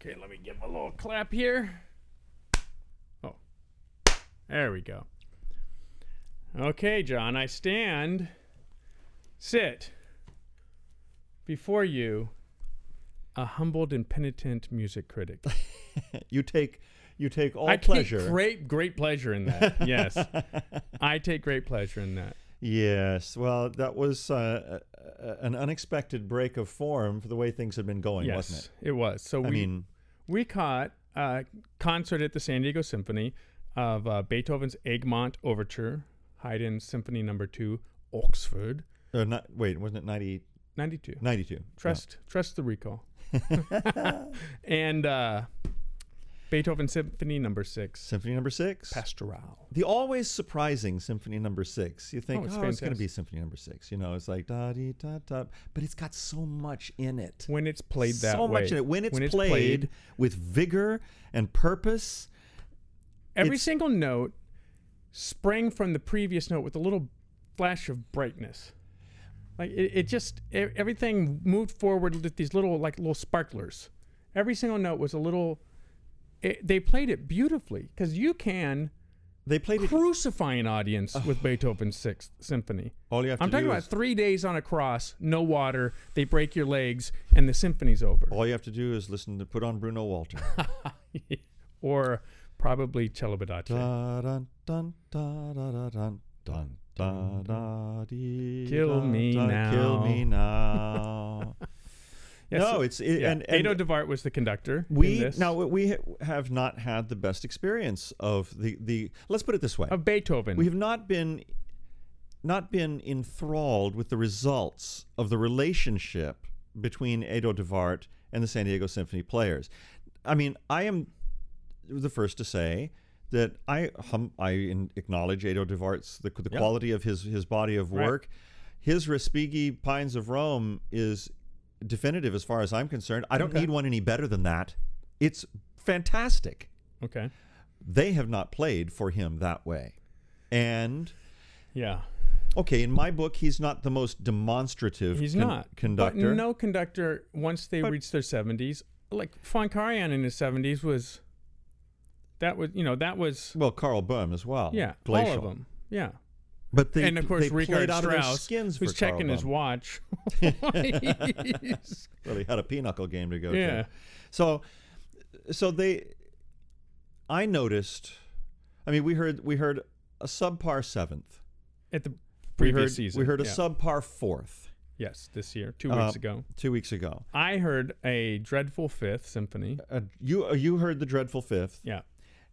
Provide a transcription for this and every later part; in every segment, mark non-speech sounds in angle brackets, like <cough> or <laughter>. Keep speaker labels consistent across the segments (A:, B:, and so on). A: Okay, let me give him a little clap here. Oh, there we go. Okay, John, I stand, sit before you, a humbled and penitent music critic.
B: You take you take <laughs> all
A: I
B: pleasure.
A: take great, great pleasure in that.
B: <laughs>
A: Yes, I take great pleasure in that.
B: yes. Well, that was uh, a- a- an unexpected break of form for the way things had been going,
A: yes,
B: wasn't it?
A: was. So we
B: I mean,
A: we caught a concert at the San Diego Symphony of uh, Beethoven's Egmont Overture, Haydn's Symphony Number Two, Oxford,
B: uh, not, wait, wasn't it 90,
A: ninety-two.
B: 92? Yeah.
A: Trust, trust the
B: <laughs>
A: recall. <laughs> and uh, Beethoven Symphony Number Six,
B: Symphony number six.
A: Pastoral.
B: The always surprising Symphony Number Six. You think,
A: Oh,
B: oh,
A: it's
B: it's, going to be
A: fantastic.
B: Symphony Number Six. You know, it's like da dee da da, but it's got so much in it.
A: When it's played that
B: so
A: way,
B: much in it. When it's, played, with vigor and purpose,
A: every
B: It's-
A: single note sprang from the previous note with a little flash of brightness. Like it, it just e- everything moved forward with these little like little sparklers. Every single note was a little. It, they played it beautifully because you can
B: they played it.
A: crucify an audience with Beethoven's Sixth Symphony.
B: All you have to
A: I'm
B: do
A: talking about
B: is,
A: three days on a cross, no water. They break your legs, and the symphony's over.
B: all you have to do is listen to put on Bruno Walter.
A: or probably Cello Badace.
B: Da dun dun da da da dun dun da da dee
A: Kill
B: da,
A: me
B: da, Kill
A: now. <laughs>
B: me now.
A: Yeah,
B: no,
A: so-
B: it's it,
A: Yeah.
B: and, and
A: Ado DeVart was the conductor. in
B: we
A: this,
B: now we ha- have not had the best experience of the the. Let's put it this way:
A: of Beethoven.
B: we have not been not been enthralled with the results of the relationship between Edo DeVart and the San Diego Symphony players. I mean, I am the first to say that I hum, I in, acknowledge Edo DeVart's the, the
A: Yeah.
B: quality of his his body of
A: Right.
B: work. His Respighi Pines of Rome is definitive as far as I'm concerned. I don't
A: Okay.
B: need one any better than that. It's fantastic
A: okay.
B: they have not played for him that way. And
A: Yeah,
B: okay, in my book, he's not the most demonstrative.
A: he's
B: con-
A: not
B: conductor.
A: But no conductor. Once they
B: But-
A: reached their seventies, like Von Karajan in his seventies was. That was you know that was
B: Well, Carl Böhm as well.
A: yeah
B: glacial.
A: all of them yeah
B: But they,
A: and of course
B: they played
A: Richard
B: out of their
A: Strauss
B: skins
A: who's
B: for
A: checking
B: Carl
A: his
B: Böhm.
A: watch.
B: <laughs>
A: He's-
B: Well, he had a pinochle game to
A: <laughs>
B: go
A: Yeah.
B: to. So, so they, I noticed. I mean, we heard we heard a subpar seventh.
A: At the
B: We
A: previous
B: heard
A: season,
B: we heard a
A: yeah.
B: subpar fourth
A: Yes, this year, two
B: Uh,
A: weeks ago,
B: two weeks ago.
A: I heard a dreadful Fifth Symphony.
B: Uh, you uh, you heard the dreadful fifth.
A: Yeah,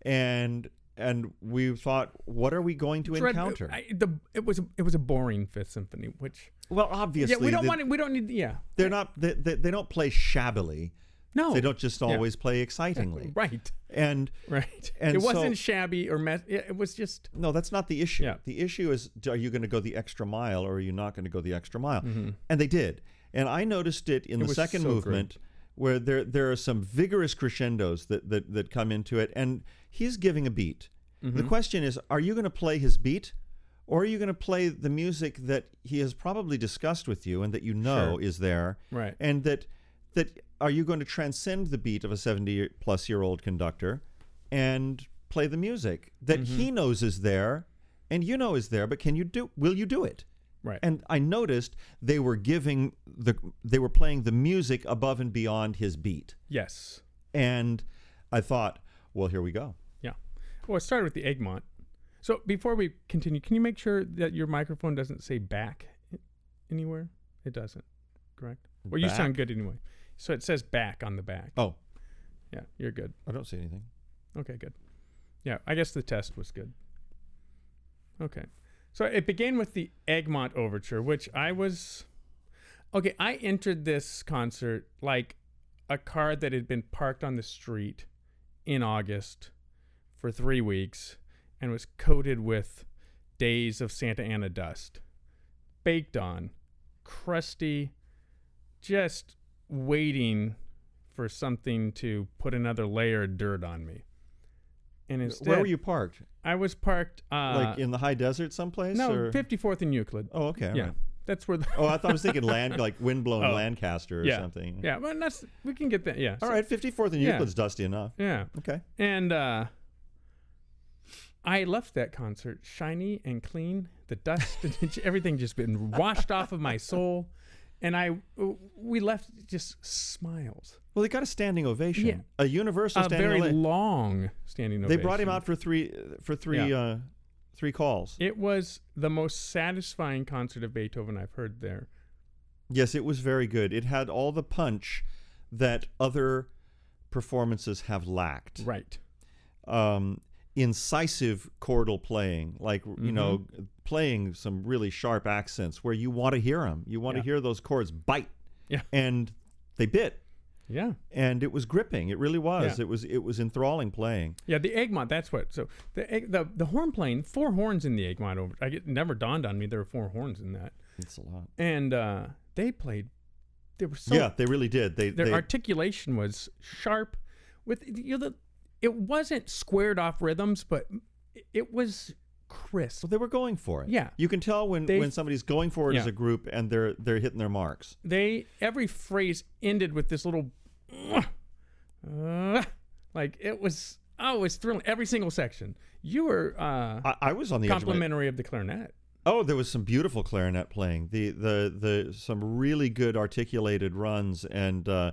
B: and and we thought, what are we going to
A: Dread-
B: encounter?
A: I, the, it was it was a boring Fifth Symphony, which
B: well, obviously,
A: yeah we don't
B: they,
A: want to, we don't need yeah
B: They're not. They, they, they don't play shabbily.
A: no
B: They don't just
A: Yeah.
B: always play excitingly.
A: right <laughs>
B: And
A: right
B: <laughs> And
A: it
B: so-
A: wasn't shabby or mess it it was just
B: no, that's not the issue.
A: Yeah.
B: The issue is, d- are you going to go the extra mile, or are you not going to go the extra mile? And they did. And I noticed it in
A: Mm-hmm. It
B: the
A: was
B: second
A: so great.
B: movement, where there there are some vigorous crescendos that that, that come into it, and he's giving a beat. The
A: Mm-hmm.
B: question is, are you going to play his beat, or are you going to play the music that he has probably discussed with you and that you know
A: Sure.
B: is there,
A: Right.
B: And that that are you going to transcend the beat of a seventy plus year old conductor, and play the music that
A: Mm-hmm.
B: he knows is there, and you know is there, but can you do? Will you do it?
A: right
B: and I noticed they were giving the they were playing the music above and beyond his beat,
A: yes
B: and I thought, well, here we go.
A: yeah well it started with the Egmont so before we continue can you make sure that your microphone doesn't say back anywhere it doesn't correct well you sound good anyway so it says back on the back
B: Oh,
A: yeah you're good
B: I don't see anything.
A: Okay, good. Yeah, I guess the test was good. Okay. So it began with the Egmont Overture, which I was. Okay, I entered this concert like a car that had been parked on the street in August for three weeks and was coated with days of Santa Ana dust. Baked on, crusty, just waiting for something to put another layer of dirt on me. And instead,
B: Where were you parked?
A: I was parked uh,
B: like in the high desert, someplace?
A: no
B: or-
A: 54th and Euclid.
B: oh, okay. all
A: yeah,
B: right.
A: That's where. The,
B: Oh, I thought I
A: <laughs>
B: was thinking land like windblown
A: Oh.
B: Lancaster or
A: yeah,
B: something.
A: Yeah, well, that's we can get that. Yeah.
B: All right, 54th and
A: Yeah.
B: Euclid's dusty enough.
A: Yeah.
B: Okay.
A: And uh, I left that concert shiny and clean. The dust, <laughs> and everything just been washed off of my soul. And I, we left just smiles.
B: Well, they got a standing ovation.
A: Yeah.
B: A universal
A: a
B: standing
A: very
B: ovation.
A: long standing
B: They
A: ovation.
B: brought him out for three for three
A: Yeah.
B: uh, three calls.
A: It was the most satisfying concert of Beethoven I've heard there.
B: Yes, it was very good. It had all the punch that other performances have lacked.
A: Right.
B: Um, incisive chordal playing, like you
A: Mm-hmm.
B: know, playing some really sharp accents where you want to hear them. You want
A: Yeah.
B: to hear those chords bite.
A: Yeah.
B: And they bit.
A: Yeah.
B: and it was gripping. It really was.
A: Yeah.
B: It was it was enthralling playing.
A: Yeah, the Egmont. That's what. So the egg, the the horn playing four horns in the Egmont. Over, I get never dawned on me there were four horns in that.
B: It's a lot.
A: And uh, they played. They were so.
B: yeah, they really did. They,
A: Their
B: they
A: articulation was sharp. With you know, the, it wasn't squared off rhythms, but it- it was crisp.
B: well, they were going for it.
A: Yeah.
B: you can tell when
A: They-
B: when somebody's going for it as
A: Yeah.
B: a group and they're they're hitting their marks.
A: They every phrase ended with this little, uh, like it was. Oh, it's thrilling. Every single section. You were uh,
B: I, I was on the edge of my,
A: complimentary of the clarinet.
B: Oh, there was some beautiful clarinet playing. The the the some really good articulated runs and. Uh,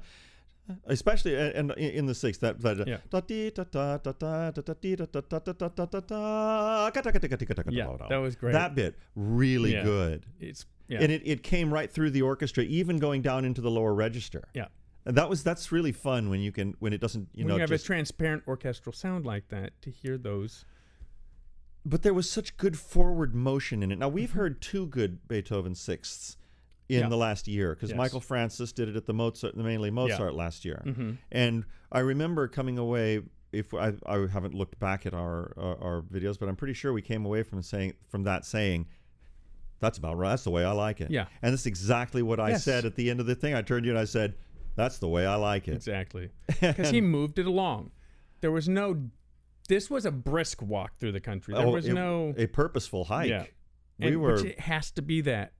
B: Especially and and in the sixth that that uh,
A: Yeah.
B: da dee da da da da da da dee da da da da da da da da ka da ka da ka da ka da ka da
A: Yeah,
B: da da.
A: that was great.
B: That bit really
A: Yeah.
B: good.
A: It's yeah,
B: and it, it came right through the orchestra even going down into the lower register
A: yeah.
B: and that was that's really fun when you can when it doesn't you
A: when
B: know
A: you have
B: just,
A: a transparent orchestral sound like that, to hear those.
B: but there was such good forward motion in it now we've heard two good beethoven sixths in
A: Mm-hmm. Yeah.
B: the last year because
A: Yes.
B: michael francis did it at the mozart mainly mozart last year
A: Mhm.
B: and i remember coming away if i, I haven't looked back at our, our our videos but i'm pretty sure we came away from saying from that saying that's about right that's the way i like it
A: Yeah.
B: and that's exactly what i
A: Yes.
B: said at the end of the thing i turned to you and i said that's the way i like it
A: Exactly.
B: <laughs>
A: Because he moved it along. There was no. This was a brisk walk through the country. There
B: Oh,
A: was
B: it-
A: no.
B: a purposeful hike.
A: Yeah.
B: We
A: and-
B: were
A: Which it has to be that.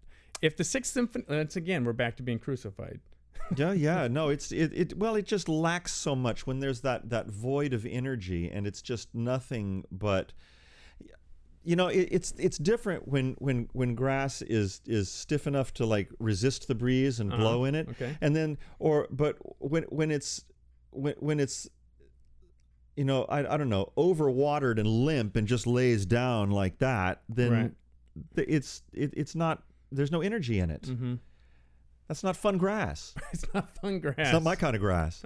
A: If the Sixth Symphony. Once again, we're back to being crucified. <laughs>
B: yeah yeah no it's it, it well it just lacks so much when there's that that void of energy and it's just nothing but you know it, it's it's different when when when grass is is stiff enough to like resist the breeze and blow in it
A: Uh-huh. okay.
B: and then or but when when it's when when it's you know I, I don't know overwatered and limp and just lays down like that then
A: Right.
B: th- it's it, it's not there's no energy in it
A: Mhm.
B: that's not fun grass
A: It's not fun grass.
B: it's not my kind of grass.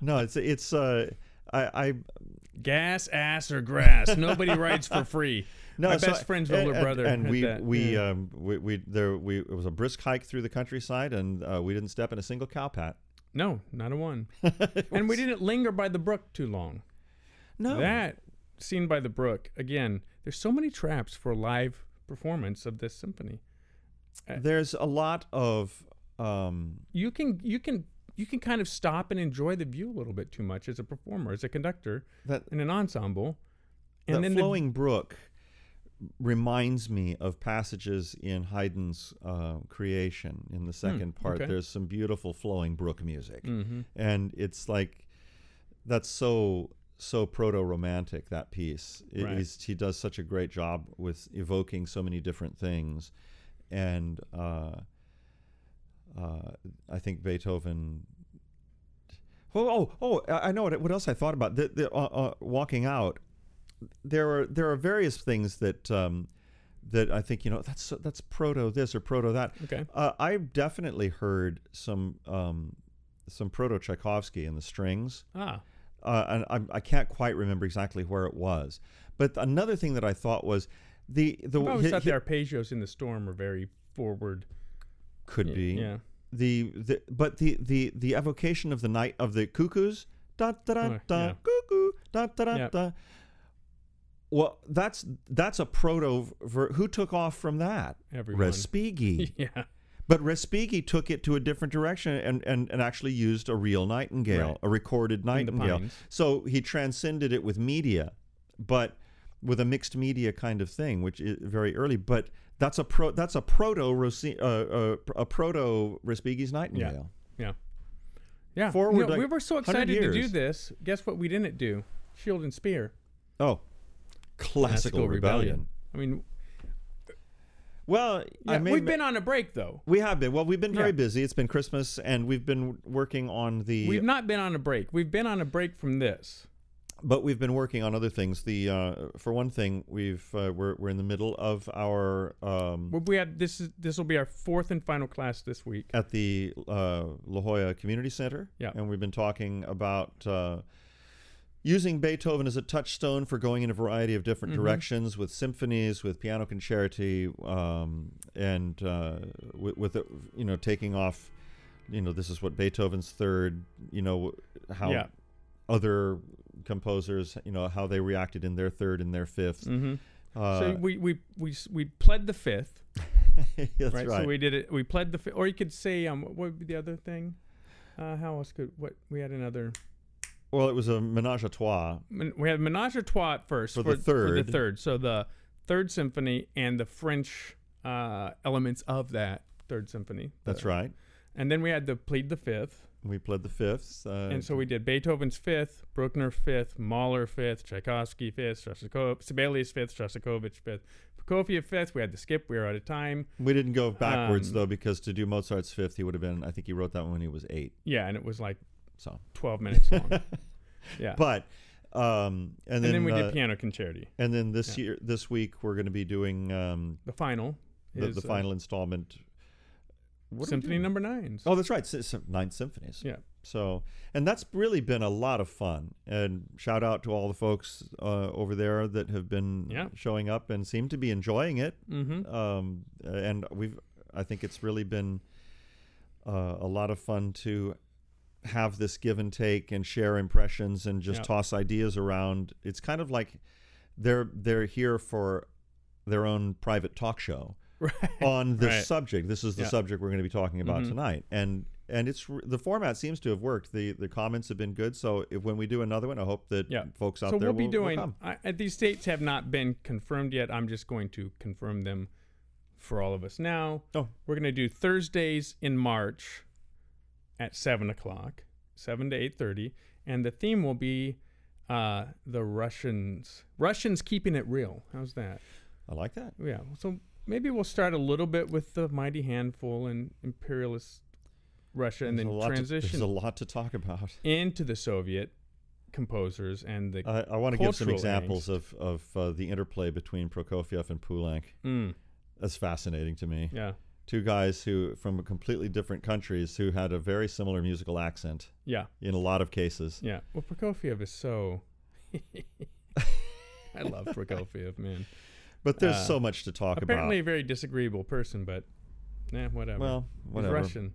B: no, it's it's uh, I, I
A: Gas, ass, or grass. Nobody rides for free.
B: <laughs> no
A: my
B: so-
A: best friend's older
B: and,
A: brother.
B: and
A: had
B: we
A: that.
B: we
A: Yeah.
B: um we, we there we it was a brisk hike through the countryside and uh, we didn't step in a single cow pat.
A: no, not a
B: <laughs>
A: one. and we didn't linger by the brook too long.
B: No,
A: That scene by the brook again. There's so many traps for live performance of this symphony.
B: there's a lot of um
A: You can you can you can kind of stop and enjoy the view a little bit too much as a performer, as a conductor
B: that
A: in an ensemble. And
B: that
A: then the-
B: flowing brook reminds me of passages in Haydn's uh, creation in the second part.
A: Hmm. okay.
B: There's some beautiful flowing brook music,
A: Mm-hmm,
B: and it's like that's so so proto-romantic that piece. It-
A: Right.
B: he's- he does such a great job with evoking so many different things, and uh, uh, I think Beethoven Oh, oh, oh! I I know what, what else I thought about. The, the, uh, uh, walking out, there are there are various things that um, that I think you know that's that's proto this or proto that.
A: Okay.
B: Uh, I've definitely heard some um, some proto Tchaikovsky in the strings,
A: ah
B: uh, and I'm, I can't quite remember exactly where it was. But another thing that I thought was the the
A: I always
B: hi-
A: thought
B: hi-
A: the arpeggios in the storm were very forward.
B: could be
A: Yeah.
B: the, the but the the the evocation of the night of the cuckoos da da da
A: Oh,
B: da
A: yeah.
B: cuckoo da da da
A: Yeah.
B: da well that's that's a proto ver- who took off from that
A: Everyone. <laughs>
B: respighi
A: Yeah.
B: but respighi took it to a different direction and and, and actually used a real nightingale
A: Right.
B: a recorded
A: the
B: nightingale
A: pines.
B: so he transcended it with media but with a mixed media kind of thing, which is very early. But that's a pro. That's a proto Rossi, uh, uh, a proto Respighi's Nightingale.
A: Yeah. Yeah.
B: Forward,
A: No, we
B: like,
A: were so
B: 100
A: excited to do
B: years.
A: this. Guess what we didn't do? Shield and Spear.
B: Oh, classical,
A: Classical
B: rebellion.
A: I mean,
B: Well, I
A: yeah,
B: may,
A: we've been on a break though.
B: we have been. Well, we've been very
A: Yeah.
B: busy. It's been Christmas, and we've been working on the.
A: We've not been on a break. We've been on a break from this.
B: but we've been working on other things. The uh, for one thing, we've uh, we're we're in the middle of our um,
A: We- We had this is this will be our fourth and final class this week.
B: at the uh, La Jolla Community Center.
A: Yeah.
B: and we've been talking about. Uh, Using Beethoven as a touchstone for going in a variety of different
A: Mm-hmm.
B: directions with symphonies, with piano concerti, um, and uh, with, with it, you know taking off, you know this is what Beethoven's third, you know how
A: Yeah.
B: other composers, you know how they reacted in their third and their 5th
A: hmm
B: Uh,
A: so we, we we s- we pled the fifth,
B: <laughs> That's
A: right?
B: right.
A: So we did it. We pled the fifth, or you could say um, what would be the other thing? Uh, how else could what we had another?
B: well, it was a menage a trois.
A: men- We had menage a trois at first
B: For the
A: For
B: third.
A: the third, so the third symphony and the French uh, elements of that third symphony.
B: That's right.
A: And then we had to plead the fifth.
B: We pled the fifths. Uh,
A: And so we did Beethoven's fifth, Bruckner fifth, Mahler fifth, Tchaikovsky fifth, Shostakovich, Sibelius fifth, Shostakovich fifth, Prokofiev fifth. We had to skip. We were out of time.
B: we didn't go backwards
A: um,
B: though, because to do Mozart's fifth, he would have been. I think he wrote that one when he was eight.
A: Yeah, and it was like
B: So,
A: 12 minutes long.
B: <laughs>
A: yeah.
B: but um, and,
A: and then,
B: then,
A: we
B: uh,
A: did Piano Concerti.
B: and then this year, this week, we're going to be doing um,
A: The final
B: the,
A: is
B: the
A: uh,
B: final installment. What are we
A: Symphony
B: doing?
A: number nine.
B: Oh, that's right. si- si- Nine symphonies.
A: Yeah.
B: So, and that's really been a lot of fun. And shout out to all the folks uh, over there that have been
A: Yeah.
B: showing up and seem to be enjoying it.
A: Mm-hmm.
B: um, and we've I think it's really been uh, a lot of fun to have this give and take and share impressions and just
A: Yeah.
B: toss ideas around. It's kind of like they're they're here for their own private talk show
A: <laughs> Right.
B: on this
A: Right.
B: subject. This is the
A: Yeah.
B: subject we're going to be talking about
A: Mhm.
B: tonight, and and it's r- the format seems to have worked. the The comments have been good, so if, when we do another one, I hope that
A: Yeah.
B: folks out
A: So
B: there
A: we'll be
B: will,
A: doing,
B: will come.
A: I, uh, these dates have not been confirmed yet. I'm just going to confirm them for all of us now.
B: Oh.
A: We're going to do Thursdays in March at 7 o'clock, 7 to 8.30. And the theme will be uh, the Russians. Russians keeping it real. How's that?
B: I like that.
A: Yeah. So maybe we'll start a little bit with the mighty handful and imperialist Russia and
B: There's a
A: then
B: lot to-
A: transition
B: there's a lot to talk about.
A: into the Soviet composers and the.
B: I, I want to give some
A: cultural
B: examples of, of uh, the interplay between Prokofiev and Poulenc.
A: Mm,
B: That's fascinating to me.
A: yeah.
B: Two guys who from completely different countries who had a very similar musical accent
A: Yeah.
B: in a lot of cases.
A: Yeah. Well, Prokofiev is so. <laughs> I love Prokofiev, <laughs> man.
B: But there's
A: Uh,
B: so much to talk
A: Apparently, a
B: about.
A: very disagreeable person, but eh, whatever.
B: Well,
A: He's
B: whatever.
A: Russian.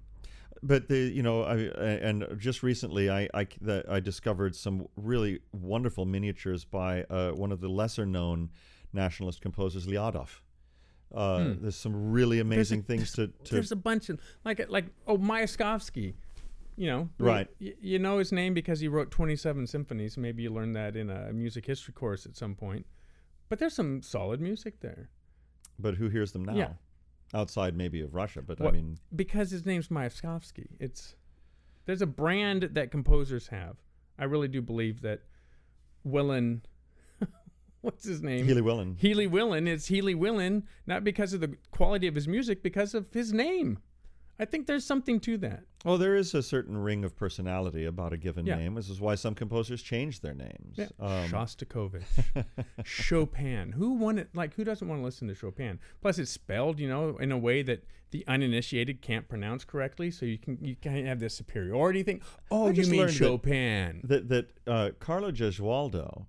B: But the you know I, I- and just recently I I, the, I discovered some really wonderful miniatures by uh, one of the lesser known nationalist composers Liadov. Uh,
A: Hmm.
B: There's some really amazing things to, to
A: There's a bunch of like like oh Myaskovsky, you know. you-
B: Right.
A: y- You, know his name because he wrote 27 symphonies. Maybe you learned that in a music history course at some point. But there's some solid music there
B: But who hears them now?
A: Yeah.
B: Outside maybe of Russia, but I
A: What-
B: mean,
A: because his name's Myaskovsky. It's there's a brand that composers have. I really do believe that. Willen, <laughs> what's his name?
B: Healy Willen.
A: Healy Willen is Healy Willen, not because of the quality of his music, because of his name. I think there's something to that.
B: Oh, there is a certain ring of personality about a given
A: Yeah.
B: name. This is why some composers change their names.
A: Yeah.
B: Um,
A: Shostakovich,
B: <laughs>
A: Chopin. Who wanted like who doesn't want to listen to Chopin? Plus, it's spelled, you know, in a way that the uninitiated can't pronounce correctly. So you can you kind of have this superiority thing. Oh, you
B: just
A: mean
B: learned that-
A: Chopin?
B: that that uh, Carlo Gesualdo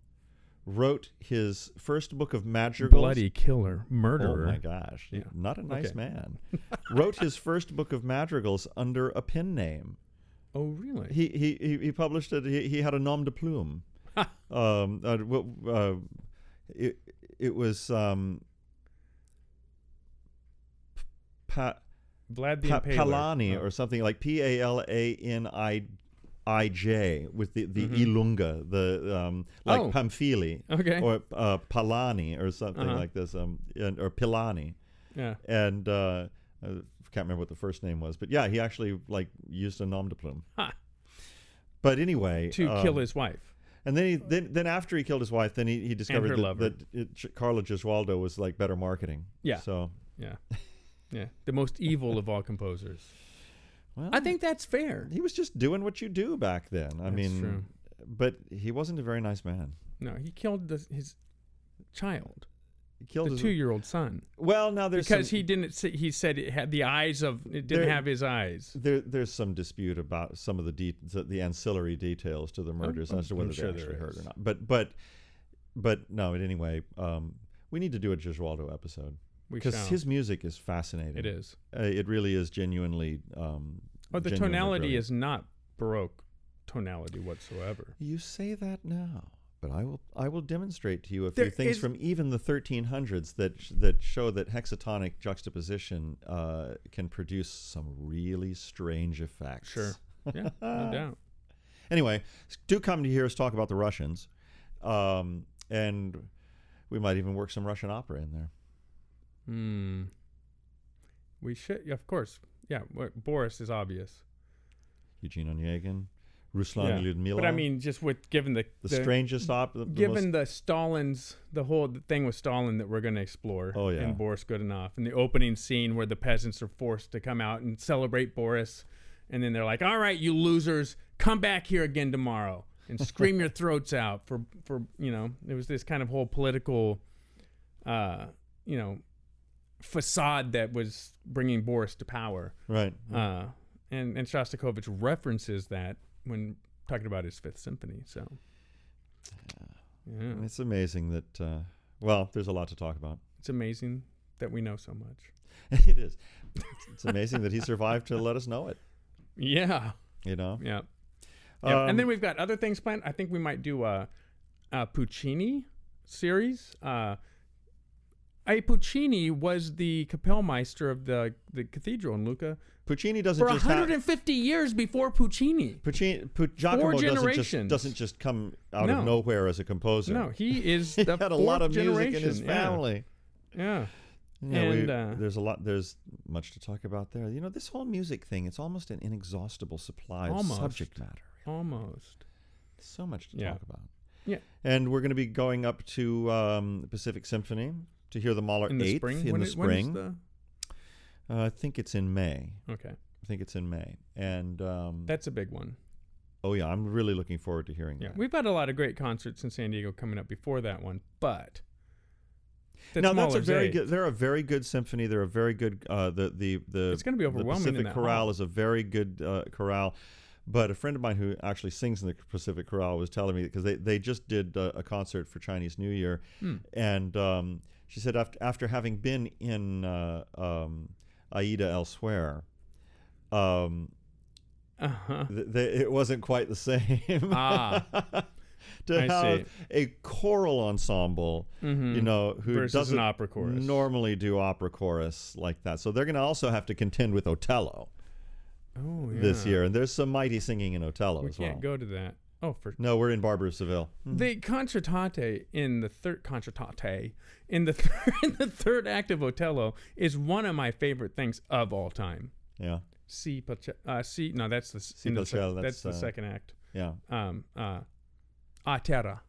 B: wrote his first book of madrigals.
A: Bloody killer, murderer.
B: Oh my gosh,
A: Yeah.
B: not a nice
A: Okay. <laughs>
B: man. wrote his first book of madrigals under a pen name.
A: Oh, really?
B: He he he, he published it. He, he had a nom
A: <laughs>
B: de plume. um, uh, w- uh, it it was um, pa-
A: Vlad the
B: pa-
A: Impaler.
B: Palani
A: Oh.
B: or something like P A L A N I IJ with the, the Ilunga, the um, like
A: Mm-hmm. Oh.
B: Pamphili
A: Okay.
B: or uh, Palani or something
A: Uh-huh.
B: like this, um, and, or Pilani,
A: yeah.
B: and uh, I can't remember what the first name was, but yeah, he actually like used a nom de plume.
A: Huh.
B: But anyway,
A: To
B: um,
A: kill his wife.
B: and then he then, then after he killed his wife, then he, he
A: her
B: discovered that,
A: lover.
B: that it, Ch- Carla Gesualdo was like better marketing.
A: Yeah.
B: So
A: Yeah. Yeah. The most evil of all composers.
B: well,
A: I think that's fair.
B: he was just doing what you do back then. I
A: That's
B: mean,
A: true.
B: but he wasn't a very nice man.
A: No, he killed the, his child,
B: He killed
A: the
B: his
A: two-year-old son,
B: well. Now there's
A: because
B: some,
A: he didn't. See, he said it had the eyes of. It didn't
B: There-
A: have his eyes.
B: there there's some dispute about some of the de- the, the ancillary details to the murders
A: I'm-
B: as to
A: I'm
B: whether
A: sure
B: they
A: there
B: actually hurt or
A: is.
B: not. But but but no. In any way, um, we need to do a Gesualdo episode
A: We
B: because
A: shall.
B: his music is fascinating.
A: it is.
B: Uh, it really is genuinely. Um,
A: Oh, the
B: genuinely
A: tonality
B: brilliant.
A: is not baroque tonality <laughs> whatsoever.
B: You say that now, but I will I will demonstrate to you a
A: There
B: few things
A: is-
B: from even the 1300s that sh- that show that hexatonic juxtaposition uh, can produce some really strange effects.
A: Sure. Yeah, no doubt.
B: Anyway, s- do come to hear us talk about the Russians, um, and we might even work some Russian opera in there.
A: Hmm. We should, yeah, of course. Yeah, wha- Boris is obvious.
B: Eugene Onegin, Ruslan
A: Yeah.
B: Lyudmila.
A: But I mean, just with given the,
B: the, strangest opera.
A: given the Stalin's the whole thing with Stalin that we're going to explore.
B: Oh, yeah.
A: and Boris Godunov and the opening scene where the peasants are forced to come out and celebrate Boris, and then they're like, "All right, you losers, come back here again tomorrow and scream your throats out for for you know." There was this kind of whole political, uh, you know, facade that was bringing Boris to power.
B: right.
A: Uh, and and Shostakovich references that when talking about his Fifth Symphony. So. Yeah.
B: It's amazing that. Uh, well, there's a lot to talk about. <laughs>
A: It's amazing that we know so much.
B: it is. It's amazing that he survived to let us know it.
A: Yeah.
B: You know.
A: Yeah. yeah.
B: Um,
A: and then we've got other things planned. I think we might do a, a Puccini series. Uh, a Puccini was the Kapellmeister of the, the cathedral in Lucca
B: Puccini doesn't
A: for
B: just have,
A: 150 years before Puccini.
B: Puccini, Pu- Giacomo doesn't just
A: generations.
B: doesn't just come out
A: No.
B: of nowhere as a composer.
A: No, he is
B: <laughs> he
A: the
B: had a
A: fourth
B: lot of music in
A: generation.
B: his
A: Yeah.
B: family.
A: Yeah.
B: Yeah, we-
A: And, uh,
B: there's a lot. There's much to talk about there. You know, this whole music thing. It's almost an inexhaustible supply
A: Almost.
B: of subject matter.
A: Almost.
B: So much to
A: Yeah.
B: talk about.
A: Yeah.
B: And we're going to be going up to um, the Pacific Symphony to hear the Mahler
A: In the
B: Eighth
A: spring.
B: in
A: when
B: the
A: it- when is
B: spring. Uh, I think it's in May.
A: the- okay.
B: I think it's in May. And um,
A: That's a big one.
B: oh yeah, I'm really looking forward to hearing
A: Yeah,
B: that.
A: we've got a lot of great concerts in San Diego coming up before that one, but that's
B: now that's a
A: Mahler's
B: very
A: eight.
B: good. They're a very good symphony. They're a very good. Uh, the the the.
A: It's gonna be overwhelming
B: The
A: in
B: Pacific
A: that
B: Chorale
A: hall.
B: is a very good uh, chorale, but a friend of mine who actually sings in the Pacific Chorale was telling me because they they just did uh, a concert for Chinese New Year,
A: Hmm.
B: and um, she said after after having been in uh, um, Aida elsewhere. Um,
A: Uh-huh.
B: <laughs> th- they, it wasn't quite the <laughs> same.
A: Ah,
B: to
A: I
B: have
A: see. Mm-hmm.
B: a choral ensemble, you know, who
A: Versus an
B: doesn't
A: opera chorus.
B: normally do opera chorus like that. So they're going to also have to contend with Otello
A: oh yeah.
B: this year, and there's some mighty singing in Otello
A: we
B: as well. Hmm.
A: can't go to that. Oh, for
B: No, we're in Barbara of Seville.
A: the concertante in the third concertante in the <laughs> third, in the third act of Otello is one of my favorite things of all time.
B: Yeah,
A: C. Pace- uh, C. No, that's the
B: Si
A: in the, sec-
B: Pacelli,
A: that's,
B: that's,
A: the
B: uh,
A: second act.
B: yeah.
A: um, uh, a terra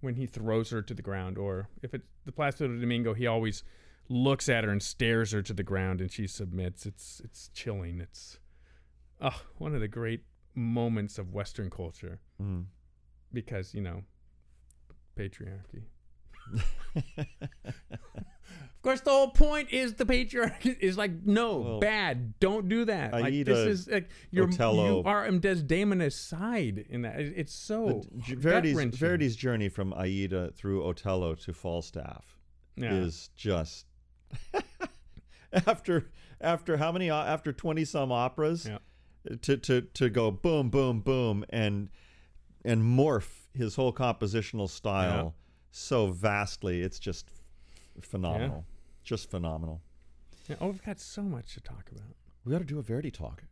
A: when he throws her to the ground, or if it's the Placido Domingo, he always looks at her and stares her to the ground, and she submits. It's it's chilling. It's oh, one of the great moments of Western culture
B: Mm.
A: because you know
B: <laughs>
A: patriarchy. of course, the whole point is the patriarchy is like no
B: Well,
A: bad. Don't do that. like this
B: Aida,
A: is like you're you
B: Otello.
A: are on Desdemona's side in that. It- It's so
B: But J- Verdi's,
A: gut-wrenching.
B: Verdi's journey from Aida through Otello to Falstaff
A: Yeah.
B: is just <laughs> after after how many o- after 20 some operas
A: Yeah.
B: to, to to go boom boom boom and and morph his whole compositional style so vastly it's just f- phenomenal just phenomenal
A: Yeah, Oh, we've got so much to talk about.
B: we ought to do a verdi talk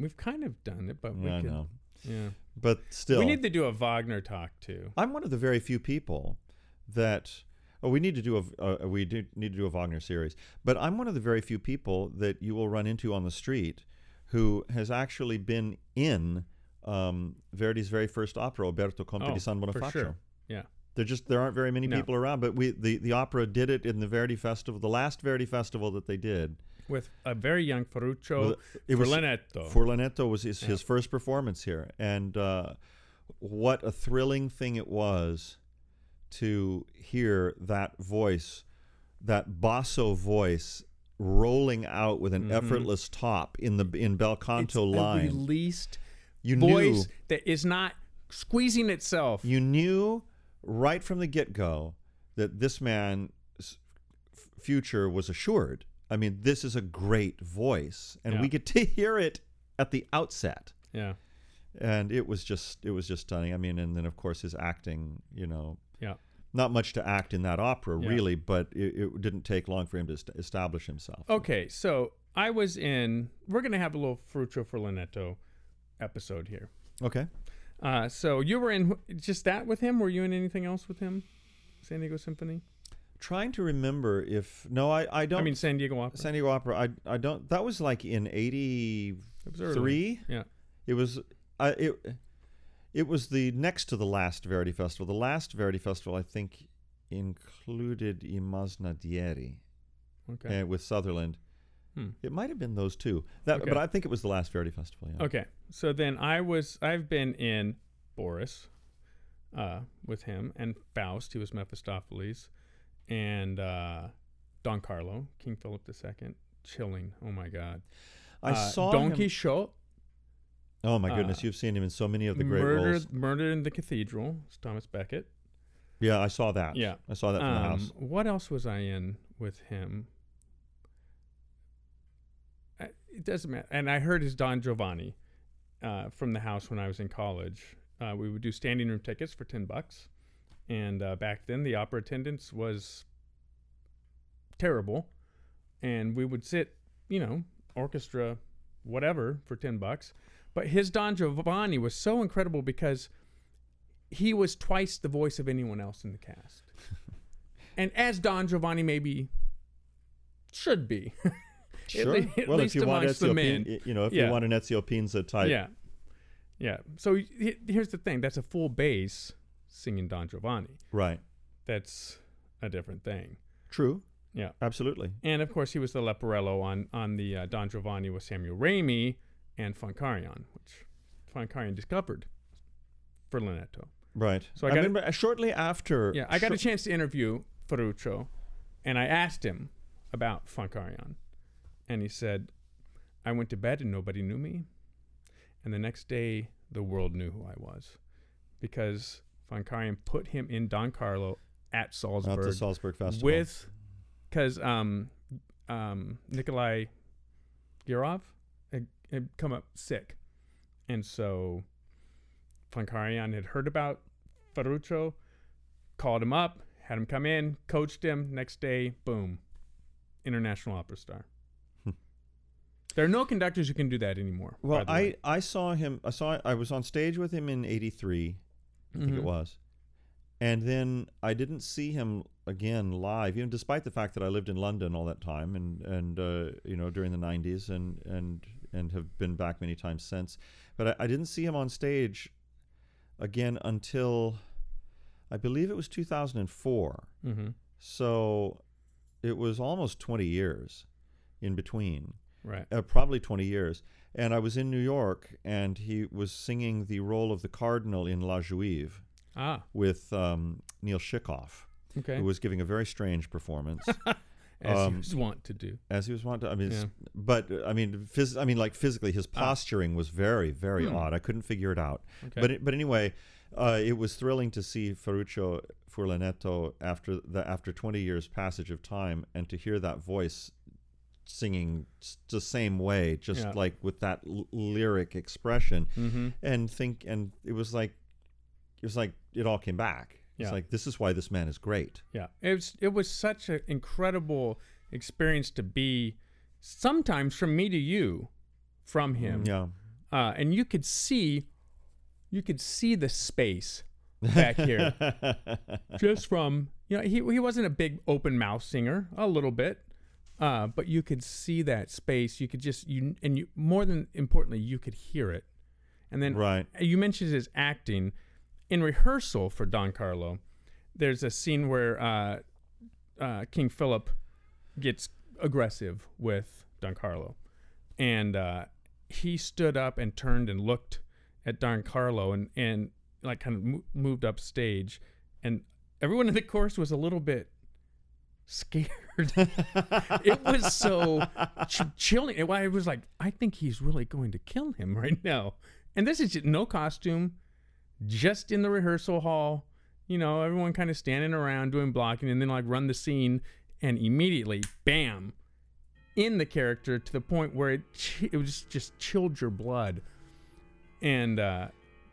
A: We've kind of done it, but we
B: I
A: could.
B: know.
A: Yeah.
B: But still,
A: We need to do a Wagner talk too.
B: I'm one of the very few people that oh, we need to do a uh, we do need to do a Wagner series, but I'm one of the very few people that you will run into on the street who has actually been in um, Verdi's very first opera, Oberto Conte
A: Oh,
B: di San
A: for
B: Bonifacio.
A: sure. Yeah.
B: There just there aren't very many
A: No.
B: people around, but we the, the opera did it in the Verdi festival, the last Verdi festival that they did.
A: With a very young Ferruccio
B: Well, it was-
A: Furlanetto.
B: Forlanetto was his, his first performance here, and uh, what a thrilling thing it was to hear that voice, that basso voice, rolling out with an effortless top in the in bel
A: Mm-hmm. it's
B: canto
A: a
B: line.
A: released
B: you
A: voice
B: knew
A: that is not squeezing itself.
B: you knew right from the get go that this man's f- future was assured. I mean, this is a great voice, and
A: Yeah.
B: we get to <laughs> hear it at the outset.
A: yeah.
B: and it was just it was just stunning. I mean, and then of course his acting, you know,
A: Yeah.
B: not much to act in that opera
A: Yeah.
B: really, but it, it didn't take long for him to est- establish himself.
A: Okay, so I was in. We're gonna have a little Ferruccio Furlanetto episode here.
B: Okay.
A: Uh, so you were in wh- just that with him. Were you in anything else with him? San Diego Symphony.
B: Trying to remember if no, I I don't.
A: I mean San Diego Opera.
B: San Diego Opera. I I don't. That was like in eighty
A: It was early.
B: three.
A: Yeah.
B: It was I it. It was the next to the last Verdi Festival. The last Verdi Festival, I think, included Imasnadieri
A: Okay.
B: uh, with Sutherland.
A: Hmm.
B: It might have been those two. That,
A: Okay. Uh,
B: but I think it was the last Verdi Festival. Yeah.
A: Okay. So then I was. I've been in Boris, uh, with him and Faust. He was Mephistopheles, and uh, Don Carlo, King Philip II. Chilling. Oh my God.
B: I
A: Uh,
B: saw
A: Don
B: him-
A: Quixote.
B: Oh my goodness,
A: uh,
B: you've seen him in so many of the great
A: murder,
B: roles.
A: murder in the cathedral. It's Thomas Becket.
B: Yeah, I saw that.
A: Yeah.
B: I saw that from the
A: Um,
B: house.
A: What else was I in with him? I, it doesn't matter. And I heard his Don Giovanni uh, from the house when I was in college. Uh, we would do standing room tickets for ten bucks, and uh, back then the opera attendance was terrible, and we would sit, you know, orchestra, whatever, for ten bucks. But his Don Giovanni was so incredible because he was twice the voice of anyone else in the cast. and as Don Giovanni maybe should be.
B: Sure.
A: lea- at
B: well,
A: least
B: if you want
A: amongst the
B: Ezio
A: men.
B: Pin- you know, if
A: Yeah.
B: you want an Ezio Pinza type,
A: Yeah. Yeah. So he- he- here's the thing that's a full bass singing Don Giovanni.
B: right?
A: That's a different thing.
B: True.
A: Yeah.
B: Absolutely.
A: And of course, he was the Leporello on, on the uh, Don Giovanni with Samuel Raimi and Foncarion, which Foncarion discovered for Linetto.
B: Right.
A: So I got a-
B: remember uh, shortly after.
A: Yeah, I got a
B: shor-
A: chance to interview Ferruccio, and I asked him about Funkarion, and he said, "I went to bed and nobody knew me, and the next day the world knew who I was, because Funkarion put him in Don Carlo at
B: at the
A: Salzburg
B: Salzburg Festival
A: with, because um, um, Nikolai Girov had, had come up sick, and so Funkarion had heard about Ferruccio, called him up, had him come in, coached him. Next day, boom, international opera star.
B: Hmm.
A: there are no conductors who can do that anymore. by
B: Well,
A: the
B: I
A: way.
B: I saw him. I saw. I was on stage with him in '83. I think
A: Mhm.
B: it was. And then I didn't see him again live, even despite the fact that I lived in London all that time, and and uh, you know during the '90s, and and and have been back many times since. But I, I didn't see him on stage again until I believe it was 2004.
A: Mhm.
B: So it was almost 20 years in between
A: right.
B: uh, probably 20 years. And I was in New York, and he was singing the role of the cardinal in La Juive
A: Ah,
B: with um, Neil Shikoff,
A: okay.
B: who was giving a very strange
A: <laughs>
B: performance,
A: As
B: um,
A: you just want to do.
B: as he was wont to. I mean, it's-
A: Yeah. Ah.
B: but uh, I mean, phys- I mean, like physically, his posturing was very, very
A: Hmm.
B: odd. I couldn't figure it out.
A: Okay.
B: But it, but anyway, uh, it was thrilling to see Ferruccio Furlanetto after the after 20 years passage of time, and to hear that voice singing s- the same way, just
A: Yeah.
B: like with that l- lyric expression,
A: mm-hmm.
B: and think, and it was like, it was like it all came back.
A: Yeah.
B: It's like this is why this man is great.
A: Yeah, it was it was such an incredible experience to be sometimes from me to you, from him.
B: Mm, Yeah.
A: uh, and you could see, you could see the space back
B: <laughs>
A: here just from you know he he wasn't a big open mouth singer a little bit, uh, but you could see that space. You could just you and you more than importantly you could hear it, and then
B: Right.
A: you mentioned his acting in rehearsal for Don Carlo. There's a scene where uh, uh, King Philip gets aggressive with Don Carlo, and uh, he stood up and turned and looked at Don Carlo and and like kind of mo- moved up stage, and everyone in the chorus was a little bit scared. <laughs> it was so ch- chilling. It, I was like, I think he's really going to kill him right now. And this is just no costume, just in the rehearsal hall. You know, everyone kind of standing around doing blocking, and then like run the scene, and immediately, bam, in the character to the point where it ch- it was just chilled your blood. And uh,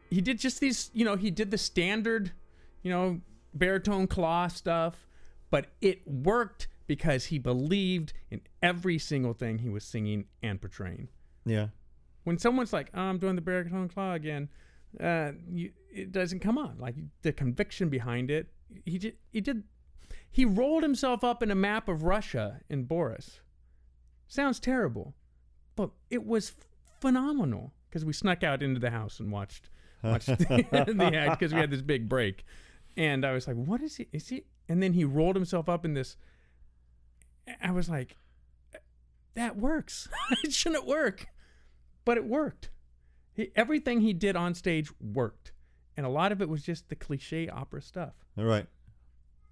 A: he did just these, you know, he did the standard, you know, baritone claw stuff, but it worked because he believed in every single thing he was singing and portraying.
B: yeah.
A: When someone's like, oh, "I'm doing the baritone claw again," uh, you, it doesn't come on. Like the conviction behind it, he did. He did. He rolled himself up in a map of Russia in Boris. Sounds terrible, but it was phenomenal because we snuck out into the house and watched watched <laughs> the, the act because we had this big break, and I was like, "What is he? Is he?" And then he rolled himself up in this. I was like, "That works. <laughs> it shouldn't work." but it worked. He, everything he did on stage worked, and a lot of it was just the cliche opera stuff.
B: All right.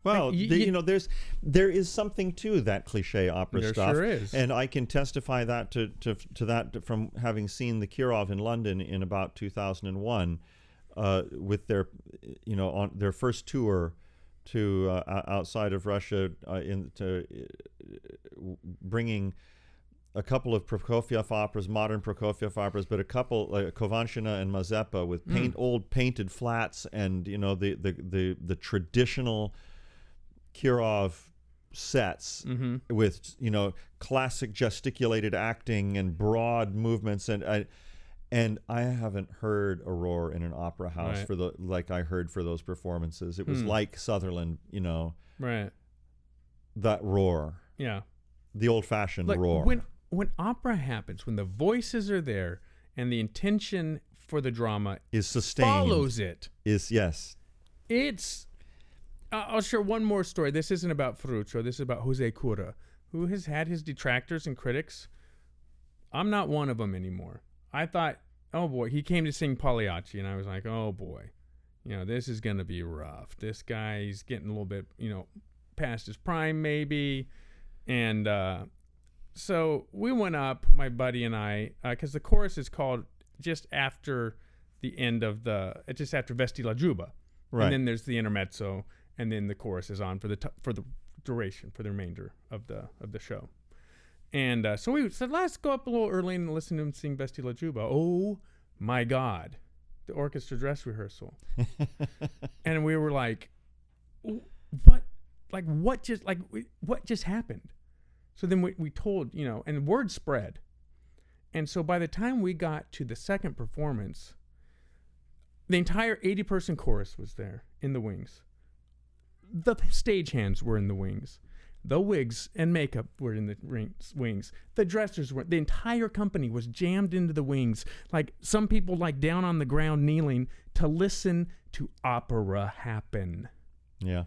B: Well,
A: you-
B: the-
A: you-
B: you know, there's there is something to that cliche opera
A: There
B: stuff,
A: sure is.
B: and I can testify that to, to to that from having seen the Kirov in London in about 2001, uh, with their, you know, on their first tour to uh, o- outside of Russia, uh, in to uh, bringing a couple of Prokofiev operas, modern Prokofiev operas, but a couple like Kovanshina and Mazeppa with
A: Hmm.
B: paint old painted flats and you know the the the, the traditional Kirov sets
A: Mm-hmm.
B: with you know classic gesticulated acting and broad movements and I and I haven't heard a roar in an opera house
A: Right. Hmm.
B: for the like I heard for those performances. It was like Sutherland, you know,
A: Right.
B: that roar,
A: Yeah.
B: the old-fashioned
A: Like
B: roar.
A: when when opera happens, when the voices are there and the intention for the drama
B: is sustained
A: follows it,
B: is yes
A: it's. Uh, I'll share one more story. This isn't about Ferruccio. This is about Jose Cura, who has had his detractors and critics. I'm not one of them anymore. I thought, oh boy, he came to sing Pagliacci, and I was like, oh boy, you know, this is going to be rough. This guy's getting a little bit, you know, past his prime maybe. And uh, so we went up, my buddy and I, because the chorus is called just after the end of the, uh, just after Vesti la Juba.
B: Right.
A: And then there's the intermezzo, and then the chorus is on for the t- for the duration, for the remainder of the of the show. And uh, so we said, let's go up a little early and listen to him sing Vesti la Juba. Oh my God, the orchestra dress rehearsal. <laughs> and we were like, "W- what? Like what just like w- what just happened? So then we, we told you know, and word spread. And so by the time we got to the second performance, the entire 80 person chorus was there in the wings. The stagehands were in the wings. The wigs and makeup were in the rings, wings. The dressers were. The entire company was jammed into the wings. Like some people, like down on the ground kneeling to listen to opera happen.
B: yeah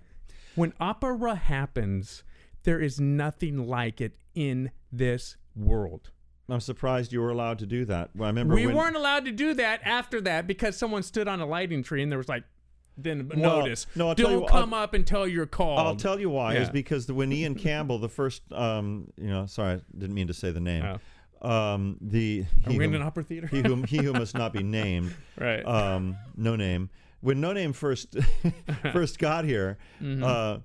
A: When opera happens, there is nothing like it in this world.
B: i'm surprised you were allowed to do that Well, i remember
A: We
B: when,
A: weren't allowed to do that after that because someone stood on a lighting tree and there was like, then
B: Well,
A: notice.
B: no, I'll tell
A: Don't
B: you-
A: come up until you're called.
B: i'll tell you why is
A: Yeah.
B: because the when ian campbell the first um you know sorry i didn't mean to say the name
A: Oh.
B: um the
A: Are
B: he
A: we in
B: who-
A: an opera theater?
B: he who, he who must not be named
A: <laughs> Right.
B: um no name when no name first <laughs> first got here
A: Mm-hmm.
B: uh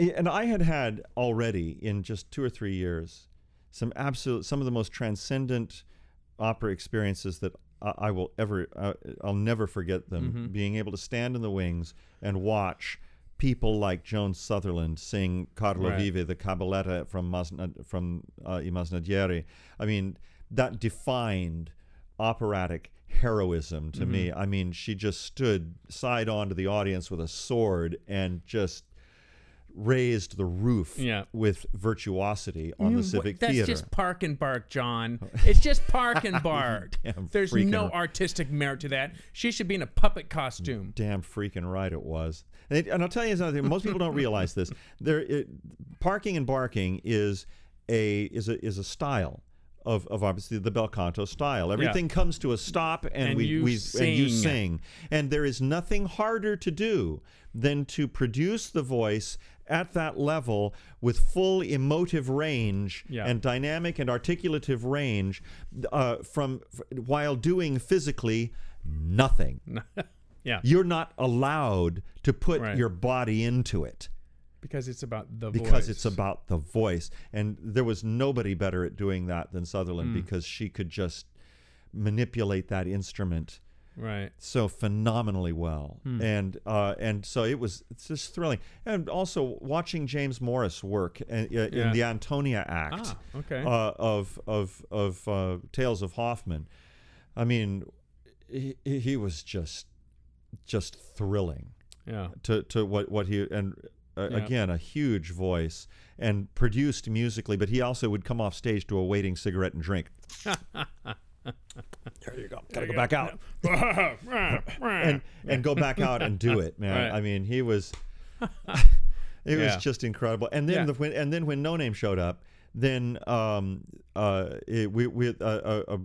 B: i- and i had had already in just two or three years some absolute some of the most transcendent opera experiences that I, I will ever uh, I'll never forget them
A: Mm-hmm.
B: being able to stand in the wings and watch people like Joan Sutherland sing Carlo
A: Right.
B: Vive the Cabaletta from Masna, from uh, I Masnadieri I mean that defined operatic heroism to
A: Mm-hmm.
B: me. I mean, she just stood side on to the audience with a sword and just raised the roof
A: Yeah.
B: with virtuosity on the
A: Mm, wh-
B: civic
A: That's
B: theater. Oh.
A: just park and bark, John. It's just
B: <laughs>
A: park and bark.
B: Damn
A: There's
B: freaking
A: no
B: r-
A: artistic merit to that. She should be in a puppet costume.
B: Damn freaking right it was. And, it- and I'll tell you something. Most people don't realize this. There, it, parking and barking is a is a is a style of, of obviously the bel canto style. Everything comes to a stop, and,
A: And
B: we
A: you
B: we and you
A: sing.
B: sing. And there is nothing harder to do than to produce the voice at that level with full emotive range
A: Yeah.
B: and dynamic and articulative range uh, from f- while doing physically nothing
A: Yeah,
B: you're not allowed to put
A: Right.
B: your body into it
A: because it's about the
B: because
A: voice.
B: it's about the voice and there was nobody better at doing that than sutherland
A: Hmm.
B: because she could just manipulate that instrument
A: right.
B: so phenomenally well
A: Hmm.
B: and uh, and so it was it's just thrilling and also watching james morris work in, in
A: Yeah.
B: the antonia act
A: Ah, okay.
B: uh, of of of uh, Tales of Hoffman. I mean, he, he was just just thrilling
A: yeah,
B: to to what what he and uh,
A: Yeah.
B: again a huge voice and produced musically, but he also would come off stage to a waiting cigarette
A: <laughs>
B: and drink. there you go. Gotta go back out
A: <laughs>
B: and and go back out and do it, man.
A: Right.
B: I mean,
A: <laughs>
B: he was it
A: Yeah.
B: was just incredible. And then
A: Yeah.
B: the when and then when No Name showed up, then um uh it, we we uh, uh, uh,